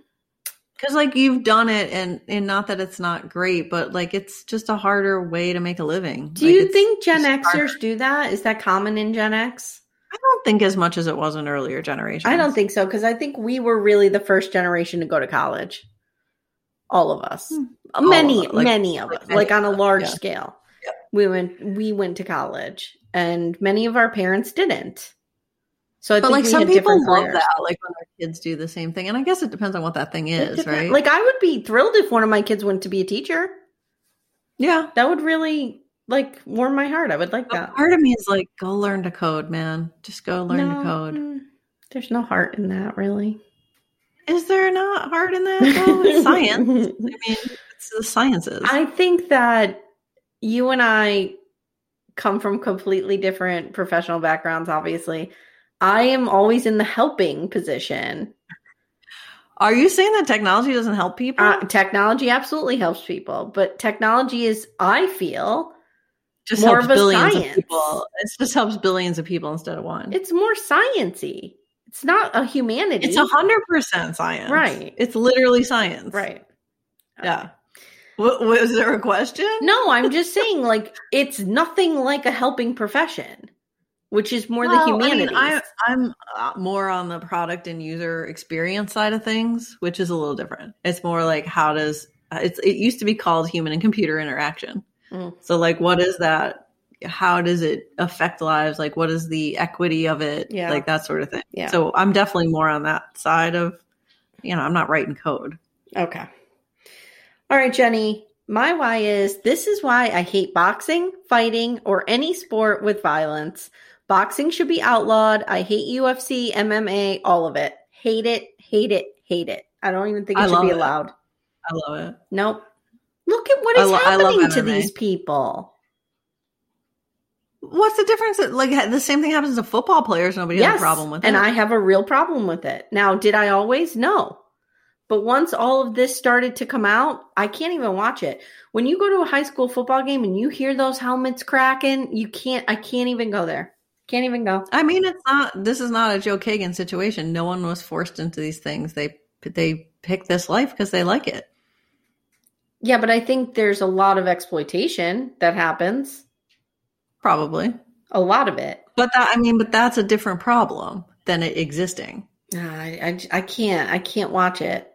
B: because like you've done it and and not that it's not great but like it's just a harder way to make a living
A: Do
B: Like,
A: you
B: it's
A: think Gen
B: just harder.
A: Xers do that? Is that common in Gen X?
B: i don't think as much as it was in earlier generations
A: I don't think so because I think we were really the first generation to go to college. All of us,
B: Hmm.
A: Uh,
B: All
A: many,
B: of us, like-
A: many of
B: like
A: us,
B: many
A: like on a
B: of us,
A: large
B: yeah.
A: scale.
B: Yeah.
A: We went, we went to college, and many of our parents didn't. So, I
B: but
A: think
B: like
A: we
B: some
A: had
B: people
A: different
B: love
A: careers.
B: that like when their kids do the same thing and i guess it depends on what that thing
A: It
B: is
A: depend-
B: right
A: Like I would be thrilled if one of my kids went to be a teacher.
B: yeah
A: That would really like warm my heart. I would like
B: But
A: that.
B: part of me is like go learn to code man just go learn to
A: No,
B: code
A: mm, There's no heart in that, really.
B: is there not heart in that though it's science i mean it's the sciences
A: I think that you and I come from completely different professional backgrounds, obviously. I am always in the helping position.
B: are you saying that technology doesn't help people
A: Uh, technology absolutely helps people, but technology is, I feel,
B: just
A: more
B: helps
A: of a
B: billions
A: science.
B: of people it just helps billions of people instead of one
A: it's more sciency. It's not a humanity.
B: It's a hundred percent science,
A: Right.
B: It's literally science,
A: right.
B: Yeah. W- was there a question?
A: No, I'm just saying, like, it's nothing like a helping profession, which is more the
B: Well,
A: humanities.
B: I mean, I, I'm uh, more on the product and user experience side of things, which is a little different. It's more like how does uh, it's? It used to be called human and computer interaction.
A: Mm.
B: So, like, what is that how does it affect lives? Like, what is the equity of it?
A: Yeah.
B: Like that sort of thing.
A: Yeah.
B: So I'm definitely more on that side of, you know, I'm not writing code.
A: Okay. All right, Jenny. My why is this is why I hate boxing, fighting, or any sport with violence. Boxing should be outlawed. I hate UFC, MMA, all of it. Hate it, hate it, hate it. I don't even think it
B: I
A: should be
B: love it.
A: allowed.
B: I love it.
A: Nope. Look at what
B: I
A: is
B: lo- I love
A: happening to
B: MMA.
A: these people.
B: What's the difference? Like the same thing happens to football players. Nobody has a problem with
A: and
B: it.
A: I have a real problem with it. Now, did I always? No. But once all of this started to come out, I can't even watch it. When you go to a high school football game and you hear those helmets cracking, you can't I can't even go there. Can't even go.
B: I mean, it's not. This is not a Joe Kagan situation. No one was forced into these things. They they pick this life because they like it.
A: Yeah, but I think there's a lot of exploitation that happens.
B: Probably.
A: A lot of it.
B: But that I mean, but that's a different problem than it existing.
A: Nah, I, I j- I can't. I can't watch it.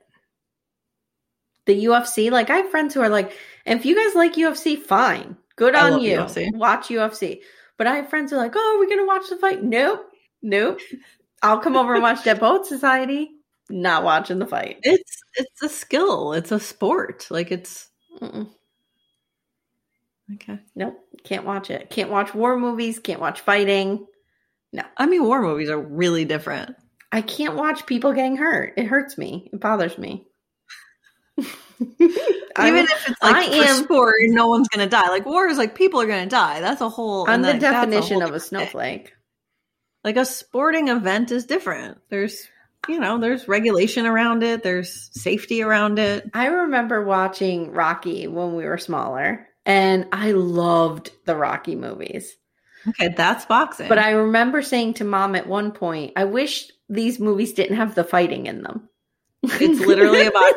A: The UFC, like I have friends who are like, if you guys like UFC, fine. Good
B: I
A: on
B: love
A: you.
B: UFC.
A: Watch UFC. But I have friends who are like, oh, we're gonna watch the fight. Nope. Nope. I'll come over and watch Dead Poet Society. Not watching the fight.
B: It's it's a skill. It's a sport. Like it's
A: Mm-mm.
B: okay.
A: Nope. Can't watch it. Can't watch war movies. Can't watch fighting.
B: I mean, war movies are really different.
A: I can't watch people getting hurt. It hurts me. It bothers me.
B: Even if it's like
A: I
B: for
A: am-
B: sport, no one's gonna die. Like war is like people are gonna die. That's a whole.
A: I'm
B: and
A: the
B: that- that's a
A: definition of
B: whole
A: a
B: different thing.
A: snowflake.
B: like a sporting event is different. There's you know, there's regulation around it, there's safety around it.
A: I remember watching Rocky when we were smaller, and I loved the Rocky movies.
B: Okay, that's boxing.
A: But I remember saying to mom at one point, I wish these movies didn't have the fighting in them.
B: It's literally about-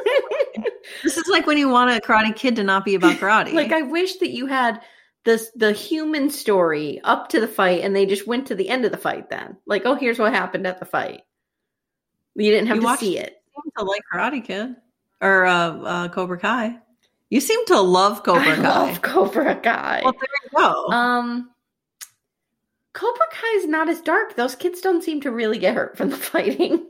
B: this is like when you want a karate kid to not be about karate.
A: like I wish that you had this the human story up to the fight and they just went to the end of the fight then. Like, oh here's what happened at the fight. You didn't have
B: You
A: to
B: watched-
A: see it.
B: seem to like Karate Kid or uh, uh, Cobra Kai. You seem to love Cobra
A: I
B: Kai.
A: love Cobra Kai.
B: Well, there you go.
A: Um, Cobra Kai is not as dark. Those kids don't seem to really get hurt from the fighting.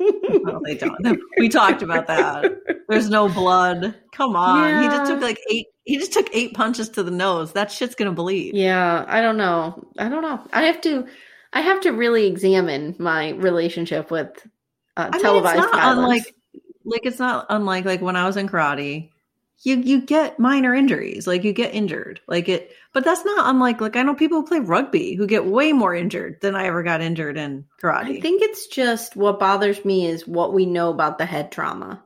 B: No, they don't. We talked about that. There's no blood. Come on. He just
A: Yeah.
B: took like eight. He just took eight punches to the nose. That shit's gonna bleed.
A: yeah, I don't know. I don't know. I have to. I have to really examine my relationship with uh,
B: I mean,
A: televised
B: it's not
A: violence.
B: unlike like it's not unlike like when I was in karate, you you get minor injuries, like you get injured, like it. But that's not unlike like I know people who play rugby who get way more injured than I ever got injured in karate.
A: I think it's just what bothers me is what we know about the head trauma.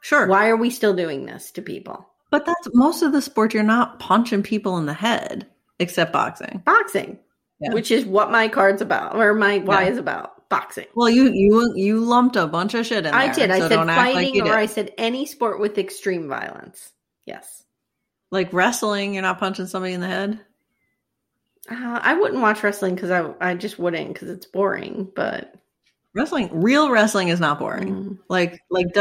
B: sure,
A: Why are we still doing this to people?
B: but that's most of the sport. You're not punching people in the head except boxing.
A: Boxing,
B: Yeah.
A: which is what my card's about, or my why
B: Yeah.
A: is about boxing.
B: Well, you you you lumped a bunch of shit in there.
A: I did. I
B: so
A: said
B: don't act like
A: fighting,
B: you
A: or I
B: did.
A: said any sport with extreme violence. Yes.
B: like wrestling. You're not punching somebody in the head.
A: Uh, I wouldn't watch wrestling because I I just wouldn't because it's boring. But
B: Wrestling, real wrestling is not boring.
A: Mm.
B: Like like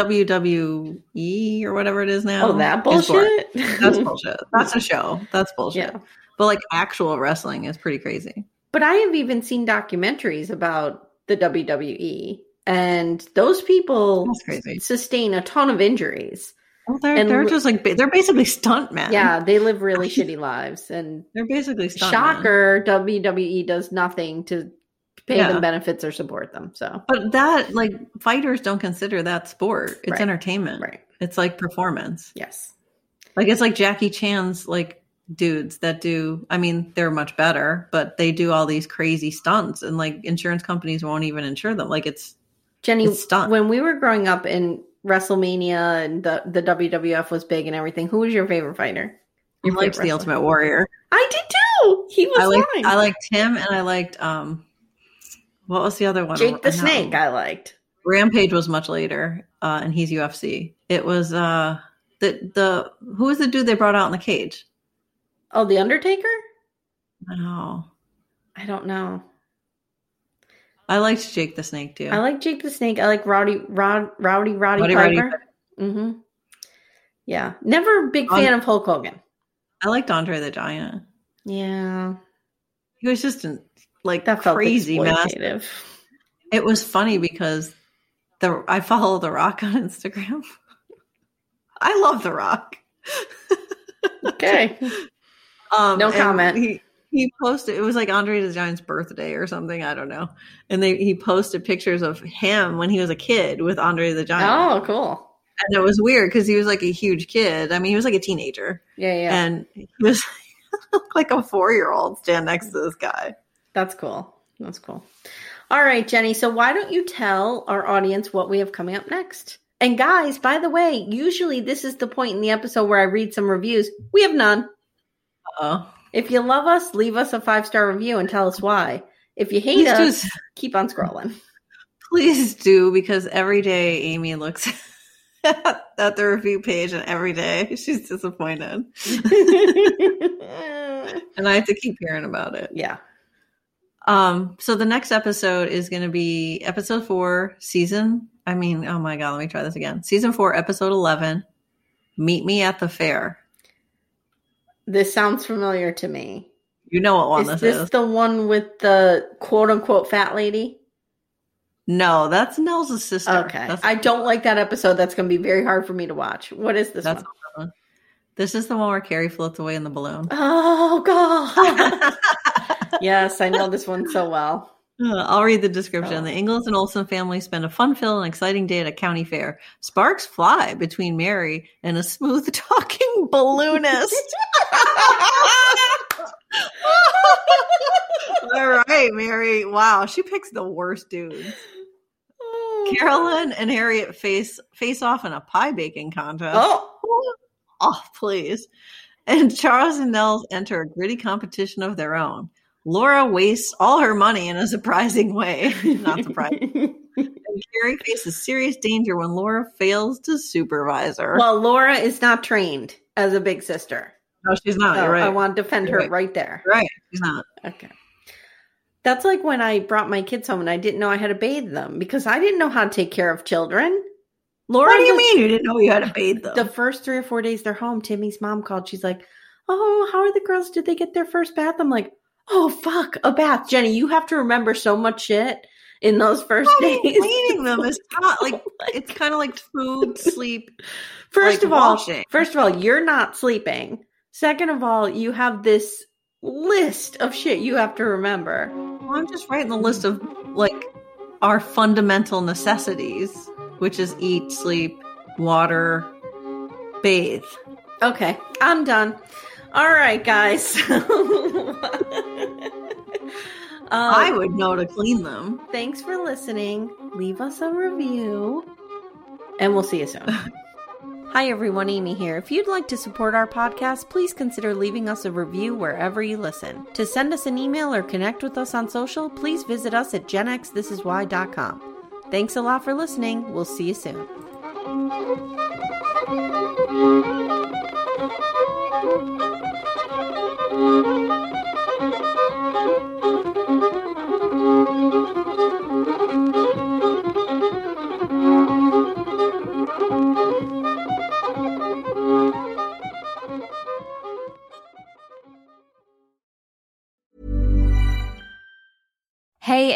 B: WWE or whatever it is now.
A: oh, that
B: is boring.
A: bullshit.
B: That's bullshit. That's a show. That's bullshit.
A: yeah.
B: But like actual wrestling is pretty crazy.
A: But I have even seen documentaries about the WWE, and those people
B: That's crazy.
A: sustain a ton of injuries.
B: Well, they're
A: And
B: they're
A: li-
B: just like ba- they're basically stunt men.
A: Yeah, they live really shitty lives. And
B: they're basically stunt Men.
A: shocker, WWE does nothing to pay
B: Yeah.
A: them benefits or support them. So
B: But that like fighters don't consider that sport. It's
A: Right.
B: entertainment.
A: right,
B: It's like performance.
A: yes.
B: Like it's like Jackie Chan's like dudes that do I mean, they're much better, but they do all these crazy stunts and like insurance companies won't even insure them. Like it's
A: Jenny,
B: It's stunt.
A: when we were growing up in WrestleMania and the, the WWF was big and everything, who was your favorite fighter?
B: I
A: Your favorite
B: liked the
A: wrestler.
B: Ultimate Warrior.
A: I did too. He was
B: I liked
A: fine.
B: I liked him and I liked um what was the other one?
A: Jake the
B: No.
A: Snake. I liked.
B: Rampage was much later, uh, and he's UFC. It was uh the the who was the dude they brought out in the cage?
A: Oh, the Undertaker.
B: Oh.
A: I don't know.
B: I liked Jake the Snake too.
A: I like Jake the Snake. I like Rowdy Rod, Rowdy Roddy
B: Roddy Roddy
A: Piper. hmm Yeah, never a big fan of Hulk Hogan.
B: I liked Andre the Giant.
A: Yeah,
B: He was just in, like
A: That felt
B: crazy massive.
A: exploitative.
B: It was funny because the I follow The Rock on Instagram. I love The Rock.
A: Okay.
B: Um,
A: No
B: and
A: comment.
B: He, he posted. It was like Andre the Giant's birthday or something. I don't know. And they he posted pictures of him when he was a kid with Andre the Giant,
A: Oh, cool.
B: and it was weird because he was like a huge kid. I mean, he was like a teenager,
A: Yeah, yeah.
B: and he was looked like a four year old stand next to this guy.
A: That's cool. That's cool. All right, Jenny. So why don't you tell our audience what we have coming up next? And guys, by the way, usually this is the point in the episode where I read some reviews. We have none.
B: Oh,
A: If you love us, leave us a five star review and tell us why. If you hate us,
B: please do,
A: keep on scrolling.
B: please do because every day Amy looks. at the review page and every day she's disappointed and i have to keep hearing about it
A: yeah.
B: Um, so the next episode is going to be episode four, season. I mean, oh my god, let me try this again. Season four, episode eleven. Meet me at the fair.
A: This sounds familiar to me.
B: You know what one
A: is
B: this,
A: this
B: is?
A: the one with the quote unquote fat lady?
B: No, that's Nell's sister.
A: Okay.
B: That's-
A: I don't like that episode. That's going to be very hard for me to watch. What is this
B: that's
A: one?
B: the one. This is the one where Carrie floats away in the balloon.
A: Oh god. yes, I know this one so well.
B: Uh, I'll read the description.
A: Oh.
B: The Ingalls and Olsen family spend a fun-filled and exciting day at a county fair. Sparks fly between Mary and a smooth-talking balloonist. All right, Mary. Wow, she picks the worst dudes. Carolyn and Harriet face face off in a pie baking contest.
A: Oh,
B: Oh, please. And Charles and Nels enter a gritty competition of their own. Laura wastes all her money in a surprising way. Not surprising. and Carrie faces serious danger when Laura fails to supervise her.
A: well, Laura is not trained as a big sister.
B: no, she's not.
A: So
B: Oh, You're right.
A: I want to defend her
B: You're
A: right.
B: right.
A: there.
B: You're right. She's not.
A: Okay. That's like when I brought my kids home and I didn't know I had to bathe them because I didn't know how to take care of children. Laura
B: What do you
A: was-
B: mean you didn't know you had to bathe them?
A: The first three or four days they're home, Timmy's mom called. She's like, Oh, how are the girls? Did they get their first bath? I'm like, Oh, fuck, a bath. Jenny, you have to remember so much shit in those first
B: How do you
A: days.
B: Cleaning them is not like it's kind of like food, sleep.
A: First
B: like
A: of all,
B: washing.
A: first of all, you're not sleeping. Second of all, you have this list of shit you have to remember.
B: Well, I'm just writing the list of like our fundamental necessities, which is eat, sleep, water, bathe.
A: Okay, I'm done. All right, guys.
B: I
A: Um,
B: would know to clean them.
A: Thanks for listening. Leave us a review, and we'll see you soon. Hi, everyone. Amy here. If you'd like to support our podcast, please consider leaving us a review wherever you listen. To send us an email or connect with us on social, please visit us at genxthisiswhy.com. Thanks a lot for listening. We'll see you soon.
C: Hey,